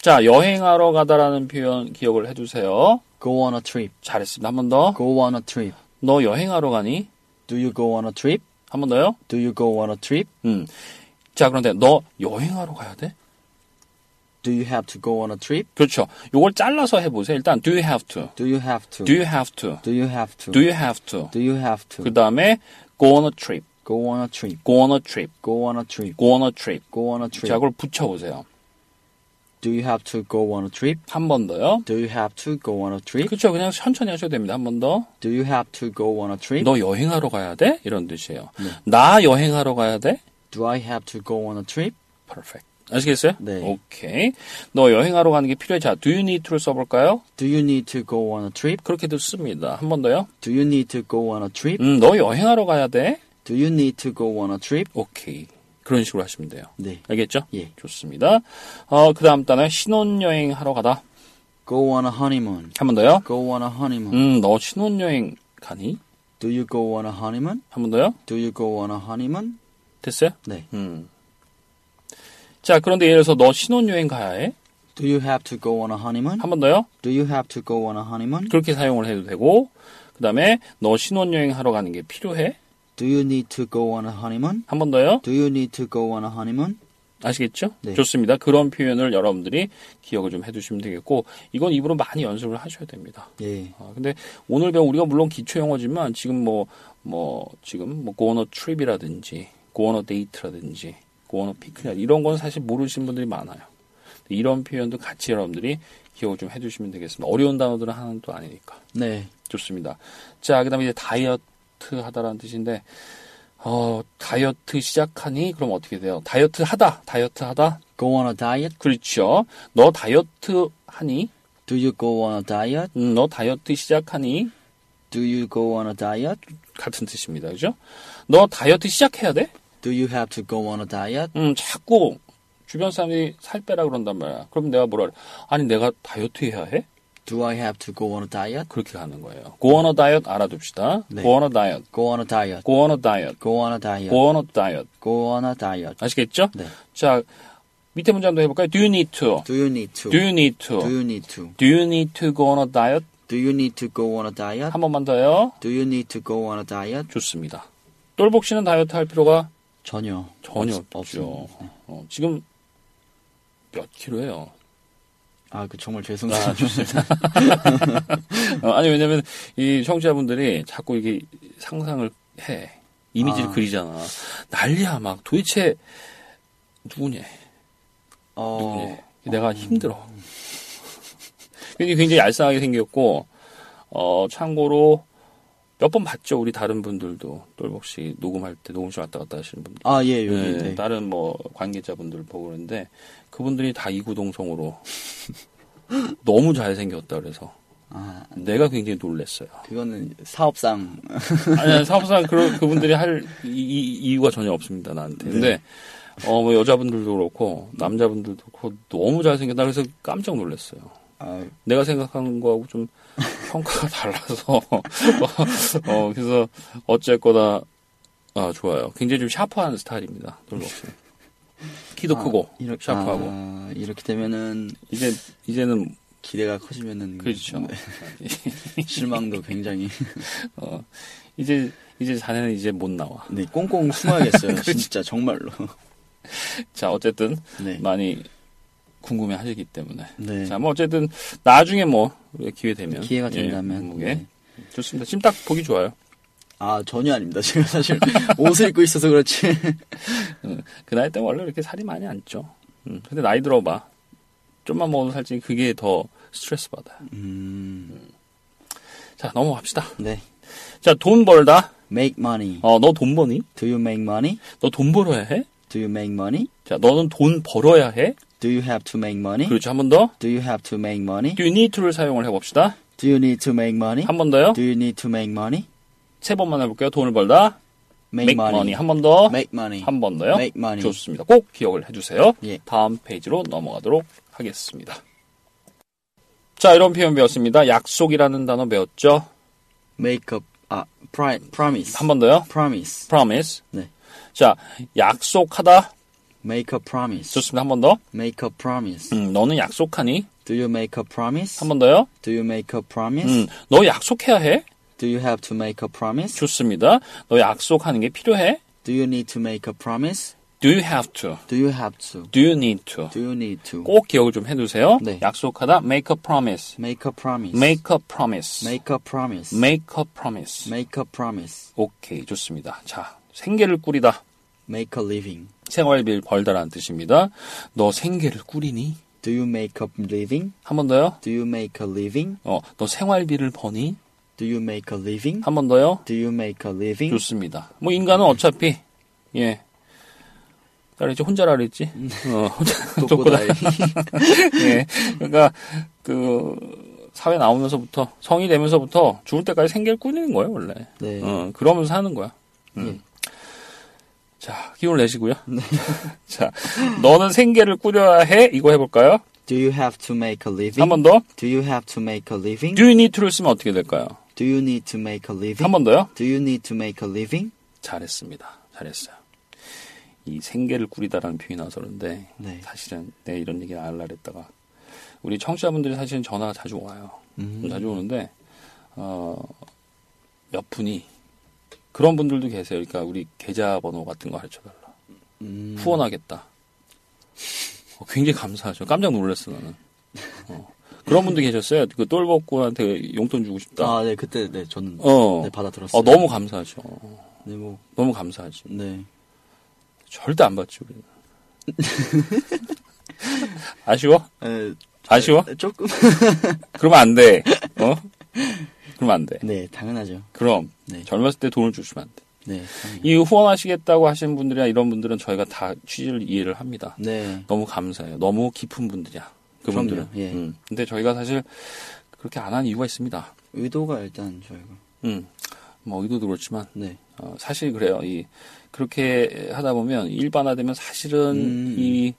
Speaker 3: 자, 여행하러 가다라는 표현 기억을 해두세요.
Speaker 4: Go on a trip.
Speaker 3: 잘했습니다. 한 번 더.
Speaker 4: Go on a trip.
Speaker 3: 너 여행하러 가니?
Speaker 4: Do you go on a trip?
Speaker 3: 한 번 더요.
Speaker 4: Do you go on a trip?
Speaker 3: 음. 자, 그런데 너 여행하러 가야 돼?
Speaker 4: Do you have to go on a trip?
Speaker 3: 그렇죠. 요걸 잘라서 해보세요. 일단 do you have to?
Speaker 4: Do you have to?
Speaker 3: Do you have to?
Speaker 4: Do you have to?
Speaker 3: Do you have to?
Speaker 4: Do you have to?
Speaker 3: 그 다음에 go on a trip.
Speaker 4: Go on a trip.
Speaker 3: go on a trip.
Speaker 4: Go on a trip.
Speaker 3: go on a trip.
Speaker 4: Go on a trip.
Speaker 3: 자, 그걸 붙여보세요.
Speaker 4: Do you have to go on a trip?
Speaker 3: 한 번 더요.
Speaker 4: Do you have to go on a trip?
Speaker 3: 그렇죠. 그냥 천천히 하셔도 됩니다. 한 번 더.
Speaker 4: Do you have to go on a trip?
Speaker 3: 너 여행하러 가야 돼? 이런 뜻이에요.
Speaker 4: 네.
Speaker 3: 나 여행하러 가야 돼?
Speaker 4: Do I have to go on a trip?
Speaker 3: 퍼펙트. 아시겠어요?
Speaker 4: 네.
Speaker 3: 오케이. 너 여행하러 가는 게 필요해. 자, do you need to를 써볼까요?
Speaker 4: Do you need to go on a trip?
Speaker 3: 그렇게도 씁니다. 한 번 더요.
Speaker 4: Do you need to go on a trip?
Speaker 3: 음, 너 여행하러 가야 돼?
Speaker 4: Do you need to go on a trip?
Speaker 3: 오케이. 그런 식으로 하시면 돼요.
Speaker 4: 네.
Speaker 3: 알겠죠?
Speaker 4: 예.
Speaker 3: 좋습니다. 어, 그 다음 단어 신혼여행 하러 가다.
Speaker 4: Go on a honeymoon.
Speaker 3: 한 번 더요.
Speaker 4: Go on a honeymoon.
Speaker 3: 음, 너 신혼여행 가니?
Speaker 4: Do you go on a honeymoon?
Speaker 3: 한 번 더요.
Speaker 4: Do you go on a honeymoon?
Speaker 3: 됐어요?
Speaker 4: 네.
Speaker 3: 음. 자, 그런데 예를 들어서 너 신혼여행 가야 해?
Speaker 4: Do you have to go on a honeymoon?
Speaker 3: 한 번 더요.
Speaker 4: Do you have to go on a honeymoon?
Speaker 3: 그렇게 사용을 해도 되고 그다음에 너 신혼여행 하러 가는 게 필요해?
Speaker 4: Do you need to go on a honeymoon?
Speaker 3: 한 번 더요.
Speaker 4: Do you need to go on a honeymoon?
Speaker 3: 아시겠죠?
Speaker 4: 네.
Speaker 3: 좋습니다. 그런 표현을 여러분들이 기억을 좀 해두시면 되겠고 이건 입으로 많이 연습을 하셔야 됩니다.
Speaker 4: 예.
Speaker 3: 아, 근데 오늘 배운 우리가 물론 기초 영어지만 지금 뭐 뭐 지금 뭐 go on a trip이라든지 go on a date라든지 go on a picnic 이런 건 사실 모르시는 분들이 많아요. 이런 표현도 같이 여러분들이 기억을 좀 해주시면 되겠습니다. 어려운 단어들은 하나는 또 아니니까.
Speaker 4: 네.
Speaker 3: 좋습니다. 자, 그다음에 이제 다이어트 하다라는 뜻인데 어, 다이어트 시작하니 그럼 어떻게 돼요? 다이어트 하다. 다이어트 하다.
Speaker 4: Go on a diet?
Speaker 3: 그렇죠. 너 다이어트 하니?
Speaker 4: Do you go on a diet?
Speaker 3: 음, 너 다이어트 시작하니?
Speaker 4: Do you go on a diet?
Speaker 3: 같은 뜻입니다. 그죠? 너 다이어트 시작해야 돼?
Speaker 4: Do you have to go on a diet?
Speaker 3: 음, 자꾸 주변 사람들이 살 빼라 그런단 말이야. 그럼 내가 뭐라 그래? 아니, 내가 다이어트 해야 해?
Speaker 4: Do I have to go on a diet?
Speaker 3: 그렇게 가는 거예요. Go on a diet 알아둡시다.
Speaker 4: 네.
Speaker 3: Go on a diet.
Speaker 4: Go on a diet.
Speaker 3: Go on a diet.
Speaker 4: Go on a diet.
Speaker 3: Go on a diet.
Speaker 4: Go on a diet.
Speaker 3: 아시겠죠?
Speaker 4: 네.
Speaker 3: 자, 밑에 문장도 해볼까요? Do you need to?
Speaker 4: Do you need to?
Speaker 3: Do you need to?
Speaker 4: Do you need to?
Speaker 3: Do you need to go on a diet?
Speaker 4: Do you need to go on a diet?
Speaker 3: 한 번만 더요.
Speaker 4: Do you need to go on a diet?
Speaker 3: 좋습니다. 똘복 씨는 다이어트 할 필요가
Speaker 4: 전혀.
Speaker 3: 전혀
Speaker 4: 없-
Speaker 3: 없죠.
Speaker 4: 없습니다.
Speaker 3: 어, 지금 몇 킬로예요?
Speaker 4: 아, 그 정말 죄송합니다.
Speaker 3: 어, 아니 왜냐면 이 청취자분들이 자꾸 이게 상상을 해 이미지를
Speaker 4: 아.
Speaker 3: 그리잖아 난리야 막 도대체 누구냐
Speaker 4: 어,
Speaker 3: 누구냐
Speaker 4: 네.
Speaker 3: 내가 힘들어 근데 굉장히 얄쌍하게 생겼고 어 참고로 몇 번 봤죠 우리 다른 분들도 똘복 씨 녹음할 때 녹음실 왔다 갔다 하시는 분들
Speaker 4: 아, 예, 여기.
Speaker 3: 네,
Speaker 4: 네.
Speaker 3: 다른 뭐 관계자분들 보고 그러는데 그분들이 다 이구동성으로 너무 잘생겼다 그래서
Speaker 4: 아,
Speaker 3: 내가 굉장히 놀랐어요.
Speaker 4: 그거는 사업상.
Speaker 3: 아니, 아니, 사업상 그, 그분들이 할 이, 유가 전혀 없습니다, 나한테. 근데,
Speaker 4: 네.
Speaker 3: 어, 뭐, 여자분들도 그렇고, 남자분들도 그렇고, 너무 잘생겼다. 그래서 깜짝 놀랐어요.
Speaker 4: 아,
Speaker 3: 내가 생각한 거하고 좀 평가가 달라서, 어, 그래서, 어쨌거나, 아, 좋아요. 굉장히 좀 샤프한 스타일입니다, 돌복씨 키도 크고,
Speaker 4: 아, 이렇게,
Speaker 3: 샤프하고.
Speaker 4: 아, 이렇게 되면은,
Speaker 3: 이제, 이제는
Speaker 4: 기대가 커지면은
Speaker 3: 그렇죠.
Speaker 4: 네. 실망도 굉장히
Speaker 3: 어, 이제 이제 자네는 이제 못 나와.
Speaker 4: 네 꽁꽁 숨어야겠어요. 진짜 정말로.
Speaker 3: 자 어쨌든
Speaker 4: 그렇죠. 네.
Speaker 3: 많이 궁금해하시기 때문에.
Speaker 4: 네.
Speaker 3: 자, 뭐 어쨌든 나중에 뭐 기회 되면
Speaker 4: 기회가
Speaker 3: 예,
Speaker 4: 된다면
Speaker 3: 뭐, 예.
Speaker 4: 네.
Speaker 3: 좋습니다. 지금 딱 보기 좋아요.
Speaker 4: 아 전혀 아닙니다. 제가 사실 옷을 입고 있어서 그렇지.
Speaker 3: 그 나이 때 원래 이렇게 살이 많이 안 쪄. 음, 근데 나이 들어봐. 좀만 먹어도 살찌니 그게 더 스트레스 받아. 요
Speaker 4: 음,
Speaker 3: 자 넘어갑시다.
Speaker 4: 네.
Speaker 3: 자 돈 벌다.
Speaker 4: Make money.
Speaker 3: 어 너 돈 버니?
Speaker 4: Do you make money?
Speaker 3: 너 돈 벌어야 해?
Speaker 4: Do you make money?
Speaker 3: 자 너는 돈 벌어야 해?
Speaker 4: Do you have to make money?
Speaker 3: 그렇죠 한 번 더.
Speaker 4: Do you have to make money?
Speaker 3: Do you need to를 사용을 해봅시다.
Speaker 4: Do you need to make money?
Speaker 3: 한 번 더요.
Speaker 4: Do you need to make money?
Speaker 3: 세 번만 해볼게요. 돈을 벌다.
Speaker 4: Make,
Speaker 3: Make money. 한 번 더.
Speaker 4: Make money.
Speaker 3: 한 번 더요.
Speaker 4: Make money.
Speaker 3: 좋습니다. 꼭 기억을 해주세요.
Speaker 4: 예.
Speaker 3: 다음 페이지로 넘어가도록 하겠습니다. 자, 이런 표현 배웠습니다. 약속이라는 단어 배웠죠?
Speaker 4: Make up. 아, pri- promise.
Speaker 3: 한 번 더요.
Speaker 4: promise.
Speaker 3: promise.
Speaker 4: 네.
Speaker 3: 자, 약속하다.
Speaker 4: Make a promise.
Speaker 3: 좋습니다. 한 번 더.
Speaker 4: Make a promise.
Speaker 3: 음, 너는 약속하니?
Speaker 4: Do you make a promise?
Speaker 3: 한 번 더요.
Speaker 4: Do you make a promise?
Speaker 3: 음, 너 약속해야 해?
Speaker 4: Do you have to make a promise?
Speaker 3: 좋습니다. 너 약속하는 게 필요해?
Speaker 4: Do you need to make a promise?
Speaker 3: Do you have to?
Speaker 4: Do you have to?
Speaker 3: Do you need to?
Speaker 4: Do you need to?
Speaker 3: 꼭 기억을 좀 해두세요.
Speaker 4: 네.
Speaker 3: 약속하다. make a promise.
Speaker 4: Make a promise.
Speaker 3: make a promise.
Speaker 4: Make a promise.
Speaker 3: make a promise.
Speaker 4: Make a promise.
Speaker 3: 오케이 좋습니다. 자 생계를 꾸리다
Speaker 4: Make a living.
Speaker 3: 생활비를 벌다라는 뜻입니다. 너 생계를 꾸리니?
Speaker 4: Do you make a living?
Speaker 3: 한 번 더요.
Speaker 4: Do you make a living?
Speaker 3: 어, 너 생활비를 버니?
Speaker 4: Do you make a living?
Speaker 3: 한 번 더요.
Speaker 4: Do you make a living?
Speaker 3: 좋습니다. 뭐 인간은 어차피 예. 그랬지 혼자라 그랬지. 어, 혼자
Speaker 4: 독고다이.
Speaker 3: 예. 그러니까 그 사회 나오면서부터 성이 되면서부터 죽을 때까지 생계를 꾸리는 거예요 원래.
Speaker 4: 네.
Speaker 3: 어, 그러면서 하는 거야. 음. 자 기운 을 내시고요. 자 너는 생계를 꾸려야 해 이거 해볼까요?
Speaker 4: Do you have to make a living?
Speaker 3: 한 번 더.
Speaker 4: Do you have to make a living?
Speaker 3: Do you need to를 쓰면 어떻게 될까요?
Speaker 4: Do you need to make a living?
Speaker 3: 한 번 더요.
Speaker 4: Do you need to make a living?
Speaker 3: 잘했습니다. 잘했어요. 이 생계를 꾸리다라는 표현이 나서 그런데
Speaker 4: 네.
Speaker 3: 사실은 내 이런 얘기를 안 하려고 했다가 우리 청취자분들이 사실은 전화가 자주 와요.
Speaker 4: 음.
Speaker 3: 자주 오는데 어, 몇 분이 그런 분들도 계세요. 그러니까 우리 계좌번호 같은 거 가르쳐달라.
Speaker 4: 음.
Speaker 3: 후원하겠다. 어, 굉장히 감사하죠. 깜짝 놀랐어 나는. 어. 그런 분도 계셨어요. 그 똘복고한테 용돈 주고 싶다.
Speaker 4: 아, 네, 그때 네, 저는
Speaker 3: 어.
Speaker 4: 네, 받아들었어요.
Speaker 3: 어, 너무 감사하죠.
Speaker 4: 네, 뭐
Speaker 3: 너무 감사하지.
Speaker 4: 네.
Speaker 3: 절대 안 받지 우리는. 아쉬워?
Speaker 4: 에,
Speaker 3: 아쉬워?
Speaker 4: 조금
Speaker 3: 그러면 안 돼. 어? 그러면 안 돼.
Speaker 4: 네, 당연하죠.
Speaker 3: 그럼
Speaker 4: 네.
Speaker 3: 젊었을 때 돈을 주시면 안 돼.
Speaker 4: 네.
Speaker 3: 이 후원하시겠다고 하시는 분들이나 이런 분들은 저희가 다 취지를 이해를 합니다.
Speaker 4: 네.
Speaker 3: 너무 감사해요. 너무 깊은 분들이야. 그분들은.
Speaker 4: 그럼요, 예.
Speaker 3: 음. 근데 저희가 사실 그렇게 안 한 이유가 있습니다.
Speaker 4: 의도가 일단 저희가
Speaker 3: 음. 뭐 의도도 그렇지만
Speaker 4: 네.
Speaker 3: 어, 사실 그래요. 이 그렇게 하다 보면 일반화되면 사실은
Speaker 4: 음.
Speaker 3: 이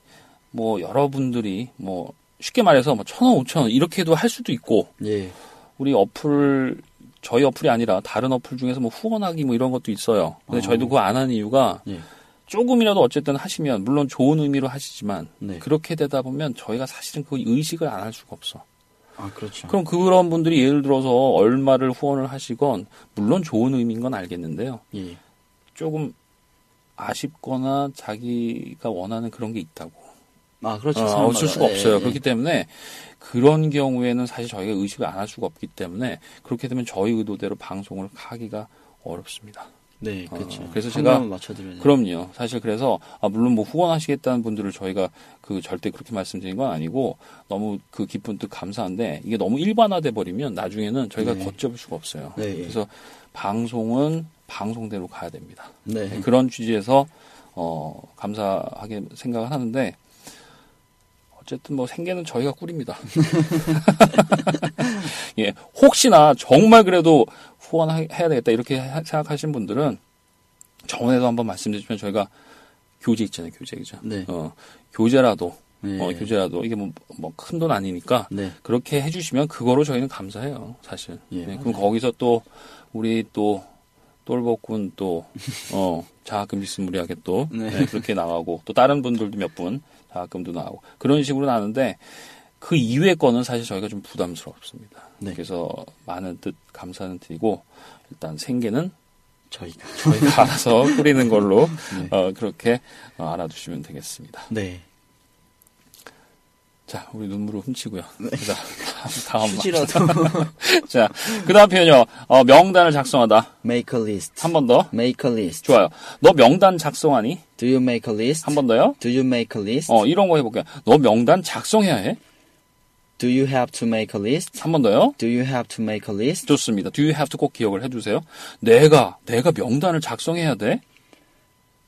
Speaker 3: 뭐 여러분들이 뭐 쉽게 말해서 뭐 천 원, 오천 원 이렇게도 할 수도 있고
Speaker 4: 예.
Speaker 3: 우리 어플 저희 어플이 아니라 다른 어플 중에서 뭐 후원하기 뭐 이런 것도 있어요. 근데 저희도 그거 안 한 이유가
Speaker 4: 예.
Speaker 3: 조금이라도 어쨌든 하시면 물론 좋은 의미로 하시지만
Speaker 4: 네.
Speaker 3: 그렇게 되다 보면 저희가 사실은 그 의식을 안 할 수가 없어.
Speaker 4: 아, 그렇죠.
Speaker 3: 그럼 그런 분들이 예를 들어서 얼마를 후원을 하시건 물론 좋은 의미인 건 알겠는데요.
Speaker 4: 예.
Speaker 3: 조금 아쉽거나 자기가 원하는 그런 게 있다고.
Speaker 4: 아, 그렇죠.
Speaker 3: 어,
Speaker 4: 사람마다.
Speaker 3: 없을 수가
Speaker 4: 예,
Speaker 3: 없어요.
Speaker 4: 예.
Speaker 3: 그렇기 때문에 그런 경우에는 사실 저희가 의식을 안 할 수가 없기 때문에 그렇게 되면 저희 의도대로 방송을 하기가 어렵습니다.
Speaker 4: 네, 그렇죠.
Speaker 3: 어, 그래서
Speaker 4: 한
Speaker 3: 제가-
Speaker 4: 명만 맞춰드려야 돼요.
Speaker 3: 그럼요. 사실 그래서 아, 물론 뭐 후원하시겠다는 분들을 저희가 그 절대 그렇게 말씀드린 건 아니고 너무 그 기쁜 뜻 감사한데 이게 너무 일반화돼 버리면 나중에는 저희가
Speaker 4: 네.
Speaker 3: 걷잡을 수가 없어요.
Speaker 4: 네, 예.
Speaker 3: 그래서 방송은 방송대로 가야 됩니다.
Speaker 4: 네.
Speaker 3: 그런 취지에서 어, 감사하게 생각을 하는데 어쨌든 뭐 생계는 저희가 꿀입니다. 예, 혹시나 정말 그래도 후원해야 되겠다 이렇게 하- 생각하신 분들은 전에도 한번 말씀드렸지만 저희가 교재 있잖아요, 교재 그죠?
Speaker 4: 네.
Speaker 3: 어, 교재라도
Speaker 4: 예.
Speaker 3: 어, 교재라도 이게 뭐큰 돈 아니니까
Speaker 4: 네.
Speaker 3: 그렇게 해주시면 그거로 저희는 감사해요, 사실.
Speaker 4: 예,
Speaker 3: 네, 그럼 거기서 또 우리 또 똘복군 또 어, 장학금 비스무리하게 또
Speaker 4: 네.
Speaker 3: 네, 그렇게 나가고 또 다른 분들도 몇 분 장학금도 나가고 그런 식으로 나는데 그 이외의 거는 사실 저희가 좀 부담스럽습니다.
Speaker 4: 네.
Speaker 3: 그래서 많은 뜻 감사는 드리고 일단 생계는
Speaker 4: 저희가.
Speaker 3: 저희가 알아서 꾸리는 걸로
Speaker 4: 네.
Speaker 3: 어, 그렇게 어, 알아두시면 되겠습니다.
Speaker 4: 네.
Speaker 3: 자, 우리 눈물을 훔치고요. 그다음 다음
Speaker 4: 네. 휴지라도.
Speaker 3: 자, 그다음 표현요. 어, 명단을 작성하다.
Speaker 4: make a list.
Speaker 3: 한 번 더.
Speaker 4: make a list.
Speaker 3: 좋아요. 너 명단 작성하니?
Speaker 4: Do you make a list?
Speaker 3: 한 번 더요.
Speaker 4: Do you make a list?
Speaker 3: 어, 이런 거 해볼게요. 너 명단 작성해야 해?
Speaker 4: Do you have to make a list?
Speaker 3: 한 번 더요.
Speaker 4: Do you have to make a list?
Speaker 3: 좋습니다. Do you have to 꼭 기억을 해주세요. 내가, 내가 명단을 작성해야 돼?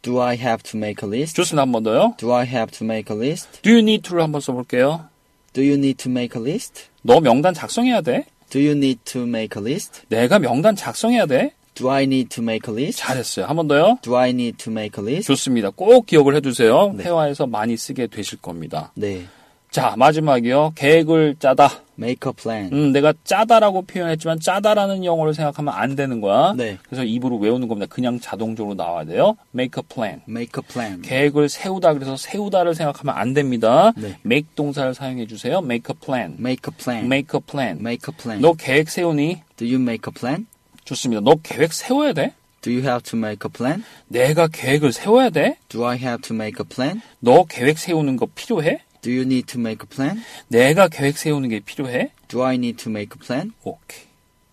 Speaker 4: Do I have to make a list?
Speaker 3: 좋습니다. 한 번 더요.
Speaker 4: Do I have to make a list?
Speaker 3: Do you need to를 한번 써볼게요.
Speaker 4: Do you need to make a list?
Speaker 3: 너 명단 작성해야 돼?
Speaker 4: Do you need to make a list?
Speaker 3: 내가 명단 작성해야 돼?
Speaker 4: Do I need to make a list?
Speaker 3: 잘했어요. 한 번 더요.
Speaker 4: Do I need to make a list?
Speaker 3: 좋습니다. 꼭 기억을 해주세요. 회화에서 많이 쓰게 되실 겁니다.
Speaker 4: 네.
Speaker 3: 자, 마지막이요. 계획을 짜다.
Speaker 4: Make a plan.
Speaker 3: 음, 내가 짜다라고 표현했지만 짜다라는 영어를 생각하면 안 되는 거야.
Speaker 4: 네.
Speaker 3: 그래서 입으로 외우는 겁니다. 그냥 자동적으로 나와야 돼요. Make a plan.
Speaker 4: Make a plan.
Speaker 3: 계획을 세우다 그래서 세우다를 생각하면 안 됩니다.
Speaker 4: 네.
Speaker 3: make 동사를 사용해 주세요. make a plan.
Speaker 4: Make a plan.
Speaker 3: make a plan.
Speaker 4: Make a plan.
Speaker 3: 너 계획 세우니?
Speaker 4: Do you make a plan?
Speaker 3: 좋습니다. 너 계획 세워야 돼?
Speaker 4: Do you have to make a plan?
Speaker 3: 내가 계획을 세워야 돼?
Speaker 4: Do I have to make a plan?
Speaker 3: 너 계획 세우는 거 필요해?
Speaker 4: Do you need to make a plan?
Speaker 3: 내가 계획 세우는 게 필요해?
Speaker 4: Do I need to make a plan?
Speaker 3: 오케이.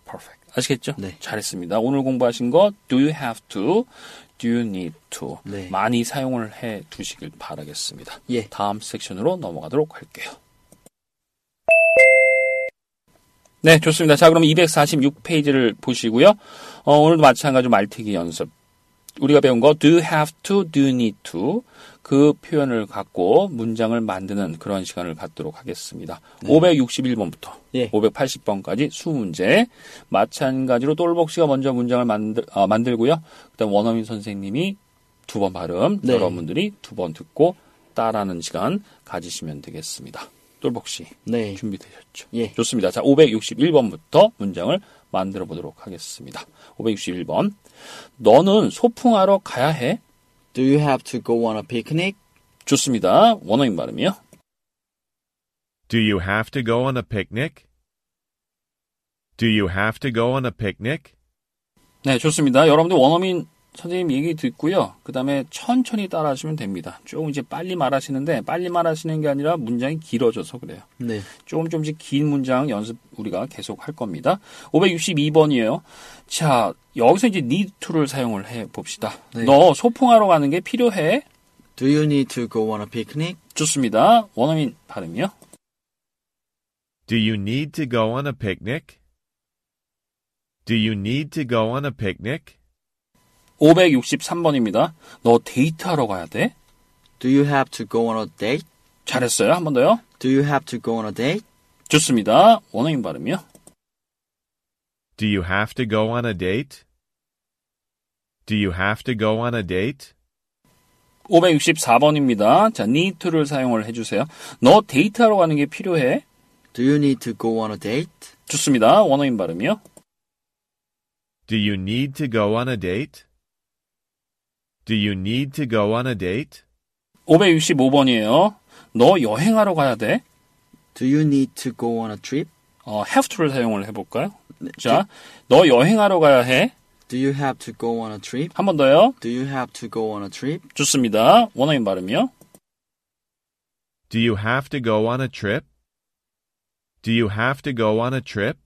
Speaker 3: perfect. 아시겠죠?
Speaker 4: 네.
Speaker 3: 잘했습니다. 오늘 공부하신 거 do you have to, do you need to
Speaker 4: 네.
Speaker 3: 많이 사용을 해 두시길 바라겠습니다.
Speaker 4: 예.
Speaker 3: 다음 섹션으로 넘어가도록 할게요. 네, 좋습니다. 자, 그럼 246페이지를 보시고요. 어, 오늘도 마찬가지로 말티기 연습. 우리가 배운 거 do you have to, do you need to 그 표현을 갖고 문장을 만드는 그런 시간을 갖도록 하겠습니다. 561번부터
Speaker 4: 예.
Speaker 3: 580번까지 20문제. 마찬가지로 똘복 씨가 먼저 문장을 만들, 아, 만들고요. 그다음 원어민 선생님이 두 번 발음,
Speaker 4: 네.
Speaker 3: 여러분들이 두 번 듣고 따라하는 시간 가지시면 되겠습니다. 똘복 씨
Speaker 4: 네.
Speaker 3: 준비되셨죠?
Speaker 4: 예.
Speaker 3: 좋습니다. 자, 561번부터 문장을 만들어 보도록 하겠습니다. 561번. 너는 소풍하러 가야 해.
Speaker 4: Do you have to go on a picnic?
Speaker 3: 좋습니다. 원어민 발음이요.
Speaker 5: Do you have to go on a picnic? Do you have to go on a picnic?
Speaker 3: 네, 좋습니다. 여러분들 원어민 선생님 얘기 듣고요. 그 다음에 천천히 따라하시면 됩니다. 조금 이제 빨리 말하시는데, 빨리 말하시는 게 아니라 문장이 길어져서 그래요.
Speaker 4: 네.
Speaker 3: 조금 조금씩 긴 문장 연습 우리가 계속 할 겁니다. 562번이에요. 자, 여기서 이제 need to를 사용을 해 봅시다.
Speaker 4: 네.
Speaker 3: 너 소풍하러 가는 게 필요해?
Speaker 4: Do you need to go on a picnic?
Speaker 3: 좋습니다. 원어민 발음이요.
Speaker 5: Do you need to go on a picnic? Do you need to go on a picnic?
Speaker 3: 563번입니다. 너 데이트하러 가야 돼?
Speaker 4: Do you have to go on a date?
Speaker 3: 잘했어요. 한 번 더요.
Speaker 4: Do you have to go on a date?
Speaker 3: 좋습니다. 원어민 발음이요.
Speaker 5: Do you have to go on a date? Do you have to go on a date?
Speaker 3: 564번입니다. 자, need to를 사용을 해 주세요. 너 데이트하러 가는 게 필요해?
Speaker 4: Do you need to go on a date?
Speaker 3: 좋습니다. 원어민 발음이요.
Speaker 5: Do you need to go on a date? Do you need to go on a date?
Speaker 3: 565번이에요. 너 여행하러 가야 돼?
Speaker 4: Do you need to go on a trip?
Speaker 3: 어, have to를 사용을 해볼까요? 자, 너 여행하러 가야 해.
Speaker 4: Do you have to go on a trip?
Speaker 3: 한 번 더요.
Speaker 4: Do you have to go on a trip?
Speaker 3: 좋습니다. 원어민 발음이요.
Speaker 5: Do you have to go on a trip? Do you have to go on a trip?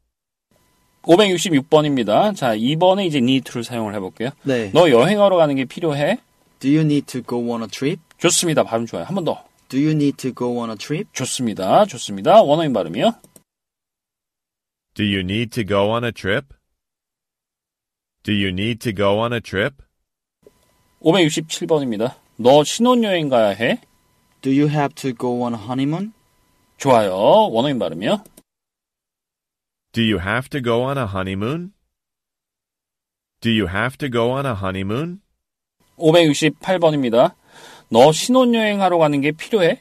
Speaker 3: 566번입니다. 자, 이번에 이제 need to를 사용을 해볼게요.
Speaker 4: 네.
Speaker 3: 너 여행하러 가는 게 필요해?
Speaker 4: Do you need to go on a trip?
Speaker 3: 좋습니다. 발음 좋아요. 한 번 더.
Speaker 4: Do you need to go on a trip?
Speaker 3: 좋습니다. 좋습니다. 원어민 발음이요.
Speaker 5: Do you need to go on a trip? Do you need to go on a trip?
Speaker 3: 567번입니다. 너 신혼여행 가야 해?
Speaker 4: Do you have to go on a honeymoon?
Speaker 3: 좋아요. 원어민 발음이요.
Speaker 5: Do you have to go on a honeymoon? Do you have to go on a honeymoon?
Speaker 3: 568번입니다. 너 신혼여행 하러 가는 게 필요해?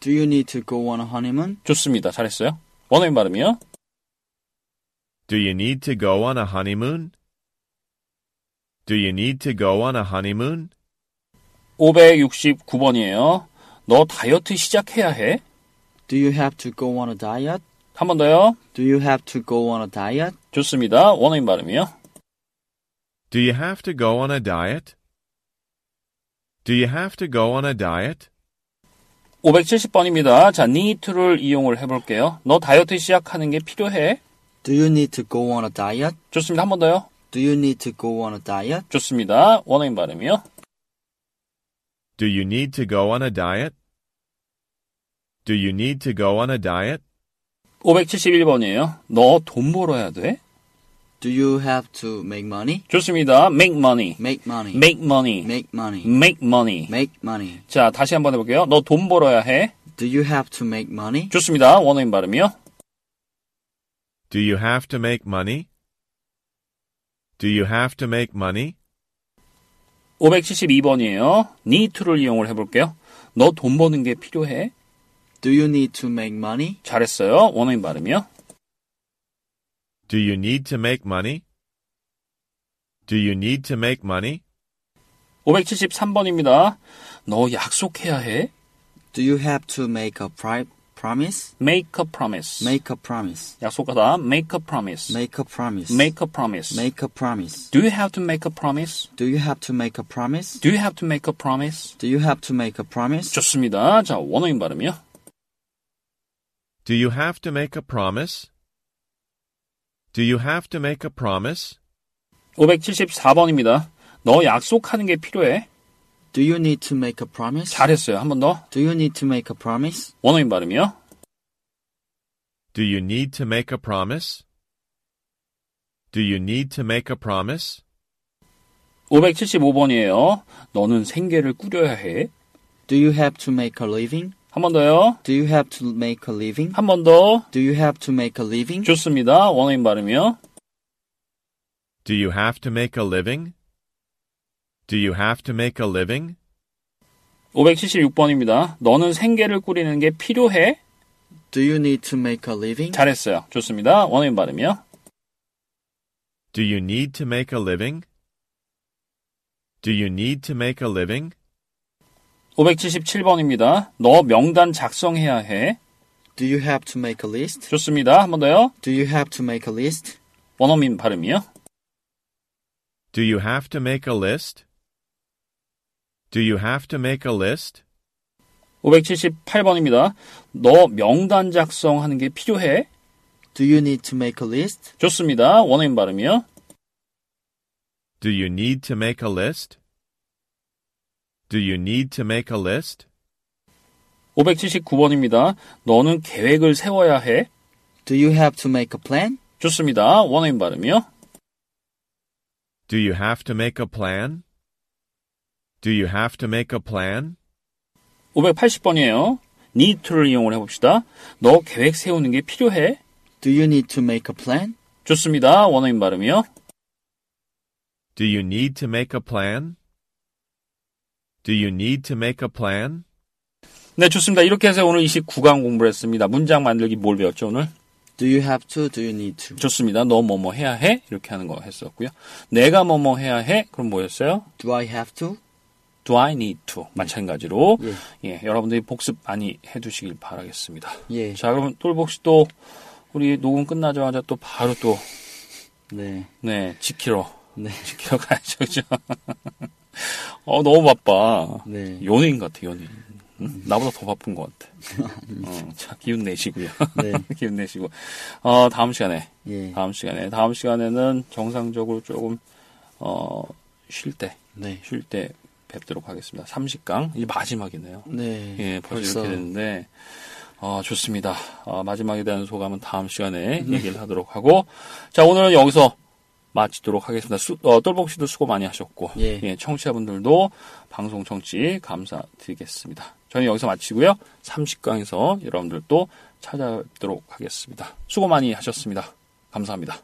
Speaker 4: Do you need to go on a honeymoon?
Speaker 3: 좋습니다. 잘했어요. 원어민 발음이요.
Speaker 5: Do you need to go on a honeymoon? Do you need to go on a honeymoon?
Speaker 3: 569번이에요. 너 다이어트 시작해야 해?
Speaker 4: Do you have to go on a diet?
Speaker 3: 한 번 더요.
Speaker 4: Do you have to go on a diet?
Speaker 3: 좋습니다. 원어민 발음이요.
Speaker 5: Do you have to go on a diet? Do you have to go on a diet?
Speaker 3: 570번입니다. 자, need to를 이용을 해볼게요. 너 다이어트 시작하는 게 필요해.
Speaker 4: Do you need to go on a diet?
Speaker 3: 좋습니다. 한 번 더요.
Speaker 4: Do you need to go on a diet?
Speaker 3: 좋습니다. 원어민 발음이요.
Speaker 5: Do you need to go on a diet? Do you need to go on a diet?
Speaker 3: 571번이에요. 너 돈 벌어야 돼.
Speaker 4: Do you have to make money?
Speaker 3: 좋습니다. make money.
Speaker 4: Make money.
Speaker 3: make money.
Speaker 4: Make money.
Speaker 3: make money.
Speaker 4: Make money.
Speaker 3: 자, 다시 한번 해볼게요. 너 돈 벌어야 해.
Speaker 4: Do you have to make money?
Speaker 3: 좋습니다. 원어민 발음이요.
Speaker 5: Do you have to make money? Do you have to make money?
Speaker 3: 572번이에요. need to를 이용을 해볼게요. 너 돈 버는 게 필요해.
Speaker 4: Do you need to make money?
Speaker 3: 잘했어요. 원어민 발음이요.
Speaker 5: Do you need to make money? Do you need to make money?
Speaker 3: 573번입니다. 너 약속해야 해.
Speaker 4: Do you have to make a pri- promise?
Speaker 3: make a promise.
Speaker 4: Make a promise.
Speaker 3: 약속하다. make a promise.
Speaker 4: Make a promise.
Speaker 3: make a promise.
Speaker 4: Make a promise.
Speaker 3: do you have to make a promise?
Speaker 4: Do you have to make a promise?
Speaker 3: do you have to make a promise?
Speaker 4: Do you have to make a promise?
Speaker 3: 좋습니다. 자, 원어민 발음이요.
Speaker 5: Do you have to make a promise? Do you have to make a promise?
Speaker 3: 574번입니다. 너 약속하는 게 필요해.
Speaker 4: Do you need to make a promise?
Speaker 3: 잘했어요. 한 번 더.
Speaker 4: Do you need to make a promise?
Speaker 3: 원어민 발음이요.
Speaker 5: Do you need to make a promise? Do you need to make a promise?
Speaker 3: 575번이에요. 너는 생계를 꾸려야 해.
Speaker 4: Do you have to make a living?
Speaker 3: 한 번 더요.
Speaker 4: Do you have to make a living?
Speaker 3: 한 번 더.
Speaker 4: Do you have to make a living?
Speaker 3: 좋습니다. 원어민 발음이요.
Speaker 5: Do you have to make a living? Do you have to make a living?
Speaker 3: 576번입니다. 너는 생계를 꾸리는 게 필요해.
Speaker 4: Do you need to make a living?
Speaker 3: 잘했어요. 좋습니다. 원어민 발음이요.
Speaker 5: Do you need to make a living? Do you need to make a living?
Speaker 3: 577번입니다. 너 명단 작성해야 해.
Speaker 4: Do you have to make a list?
Speaker 3: 좋습니다. 한 번 더요.
Speaker 4: Do you have to make a list?
Speaker 3: 원어민 발음이요.
Speaker 5: Do you have to make a list? Do you have to make a list?
Speaker 3: 578번입니다. 너 명단 작성하는 게 필요해.
Speaker 4: Do you need to make a list?
Speaker 3: 좋습니다. 원어민 발음이요.
Speaker 5: Do you need to make a list? Do you need to make a list?
Speaker 3: 579번입니다. 너는 계획을 세워야 해.
Speaker 4: Do you have to make a plan?
Speaker 3: 좋습니다. 원어민 발음이요.
Speaker 5: Do you have to make a plan? Do you have to make a plan?
Speaker 3: 580번이에요. need를 이용을 해봅시다. 너 계획 세우는 게 필요해.
Speaker 4: Do you need to make a plan?
Speaker 3: 좋습니다. 원어민 발음이요.
Speaker 5: Do you need to make a plan? Do you need to make a plan?
Speaker 3: 네, 좋습니다. 이렇게 해서 오늘 29강 공부를 했습니다. 문장 만들기 뭘 배웠죠, 오늘?
Speaker 4: Do you have to? Do you need to?
Speaker 3: 좋습니다. 너 뭐뭐 해야 해? 이렇게 하는 거 했었고요. 내가 뭐뭐 해야 해? 그럼 뭐였어요?
Speaker 4: Do I have to?
Speaker 3: Do I need to? 마찬가지로.
Speaker 4: 예.
Speaker 3: 예, 여러분들이 복습 많이 해두시길 바라겠습니다.
Speaker 4: 예.
Speaker 3: 자, 그러면 똘복 씨도 우리 녹음 끝나자마자 또 바로 또,
Speaker 4: 네.
Speaker 3: 네, 지키러.
Speaker 4: 네.
Speaker 3: 지키러 가야죠, 그죠? 어, 너무 바빠.
Speaker 4: 네.
Speaker 3: 연예인 같아, 연예인. 응? 나보다 더 바쁜 것 같아. 어, 자, 기운 내시고요.
Speaker 4: 네.
Speaker 3: 기운 내시고. 어, 다음 시간에
Speaker 4: 예.
Speaker 3: 다음 시간에 다음 시간에는 정상적으로 조금 어쉴 때,
Speaker 4: 네.
Speaker 3: 쉴 때 뵙도록 하겠습니다. 30강 이제 마지막이네요.
Speaker 4: 네.
Speaker 3: 예, 벌써 이렇게 됐는데 어, 좋습니다. 어, 마지막에 대한 소감은 다음 시간에 얘기를 하도록 하고 자 오늘은 여기서 마치도록 하겠습니다. 수, 어, 똘복 씨도 수고 많이 하셨고
Speaker 4: 예.
Speaker 3: 청취자분들도 방송 청취 감사드리겠습니다. 저는 여기서 마치고요. 30강에서 여러분들 또 찾아뵙도록 하겠습니다. 수고 많이 하셨습니다. 감사합니다.